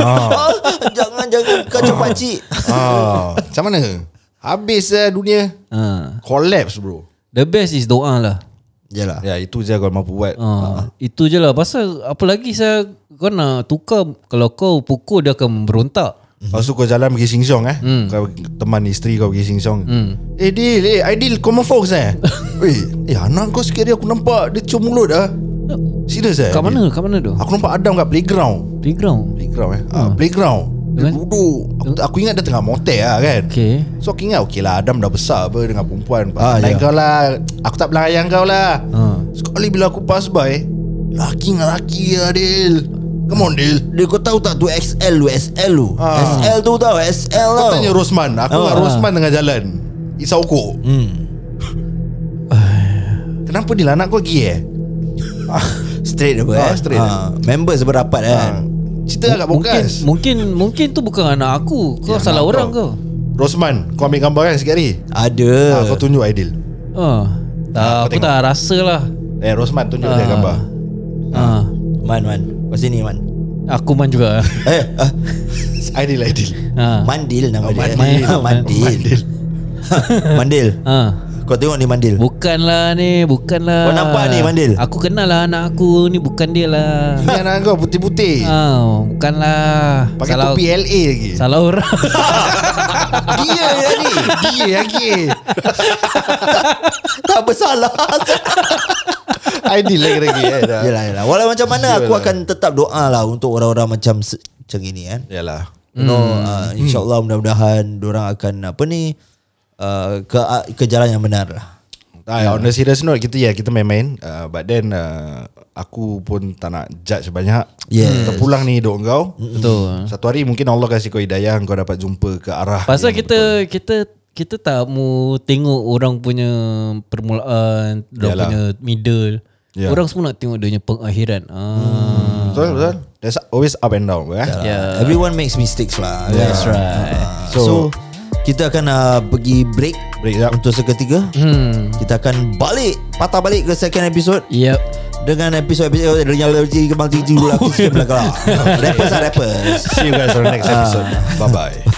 C: Ah, Jangan jangan kacau pakcik
D: ah, Macam mana? Habis lah dunia
B: Ha.
D: Collapse bro
B: The best is doa lah
C: Yalah Ah.
D: Ya itu je kau mampu buat
B: ha. Itu je lah Pasal apa lagi saya Kau nak tukar Kalau kau pukul dia akan memberontak
D: Mm-hmm. Lepas tu kau jalan pergi Sing Song eh kau, Teman isteri kau pergi Sing Song Eh Dil Eh Aidil Kau main fox eh Eh, eh anak kau sikit hari aku nampak Dia cium mulut ah. Serius eh
B: Kat mana?
D: Aidil?
B: Kat mana tu?
D: Aku nampak Adam kat playground
B: Playground
D: Playground eh ah, Playground Dia
B: Dengan-
D: duduk aku, aku ingat dia tengah motel lah kan
B: Okay
D: So aku ingat okay lah Adam dah besar apa dengan perempuan
C: Ah,
D: ah, Lain
C: ya.
D: kau lah Aku tak bilang ayah kau lah
B: ha.
D: Sekali bila aku pass by Laki dengan laki lah Adil Come on Dil
C: Dia kau tahu tak tu XL lu XL lu
D: Ah.
C: SL tu tau SL tau
D: Kau tanya Rosman Aku
C: Oh,
D: kat
C: ah.
D: Rosman tengah jalan Isau kok Kenapa Dil anak kau gigi eh
C: Straight apa
D: Ah,
C: eh
D: straight.
C: Ah, Members berapat kan
D: Ah, Cerita lah kat
B: mungkin
D: Bokas
B: mungkin mungkin tu bukan anak aku. Kau
D: Ya,
B: salah
D: anak
B: orang kau.
D: kau. Rosman Kau ambil gambar kan sikit hari
C: Ada
D: Ah, Kau tunjuk Aidil
B: Ah.
D: Ah,
B: Tak,
D: kau
B: aku
D: tengok.
B: tak rasa lah.
D: Eh Rosman tunjuk dia
B: Ah.
D: gambar
B: Ah.
C: Man man Kau sini man
B: Aku man juga.
C: Eh ah,
D: Aidil Aidil
B: Ah.
C: Mandil nama
D: Oh,
C: dia
D: Mandil.
C: Ah, Mandil
D: Mandil.
C: Mandil
B: Ah.
C: Kau tengok ni Mandil
B: Bukanlah ni, bukanlah.
C: Kau nampak ni, Mandil?
B: Aku kenal lah anak aku ni bukan dia lah.
D: Ni anak kau putih-putih
B: Ah, bukanlah.
D: Pakai topi eh. LA lagi
B: salah orang.
D: Dia yang ni Dia lagi
C: Tak bersalah
D: Aidil lagi lagi eh, dah.
C: Yelah yelah Walau macam mana Aku
D: Yelah.
C: akan tetap doa lah Untuk orang-orang macam se- Macam ini kan
D: Yalah
C: You know uh, InsyaAllah mudah-mudahan Diorang akan apa ni uh, ke, ke jalan yang benar lah
D: Ah, on a serious note kita ya yeah, kita main-main uh, but then uh, aku pun tak nak judge banyak.
C: Yes.
D: Kita pulang ni hidup kau.
B: Betul.
D: Satu hari mungkin Allah kasih kau hidayah kau dapat jumpa ke arah.
B: Pasal
D: yang
B: kita kita kita tak mau tengok orang punya permulaan, orang
D: Yalah.
B: punya middle.
D: Ya. Hmm.
B: Orang semua nak tengok dia punya pengakhiran. Ah.
D: betul. Betul betul. There's always up and down eh.
C: Uh,
B: Yeah.
C: Everyone makes mistakes lah
B: That's right.
C: Uh, so,
D: So-
C: kita akan uh, pergi break,
D: Break, yap.
C: Untuk seketika
B: Hmm.
C: Kita akan balik Patah balik ke second episode
B: Yep.
C: Dengan episod-episod Yang lebih kembali tidur lah Aku sikit belakang Rappers lah rappers
D: See you guys on the next episode. Bye bye.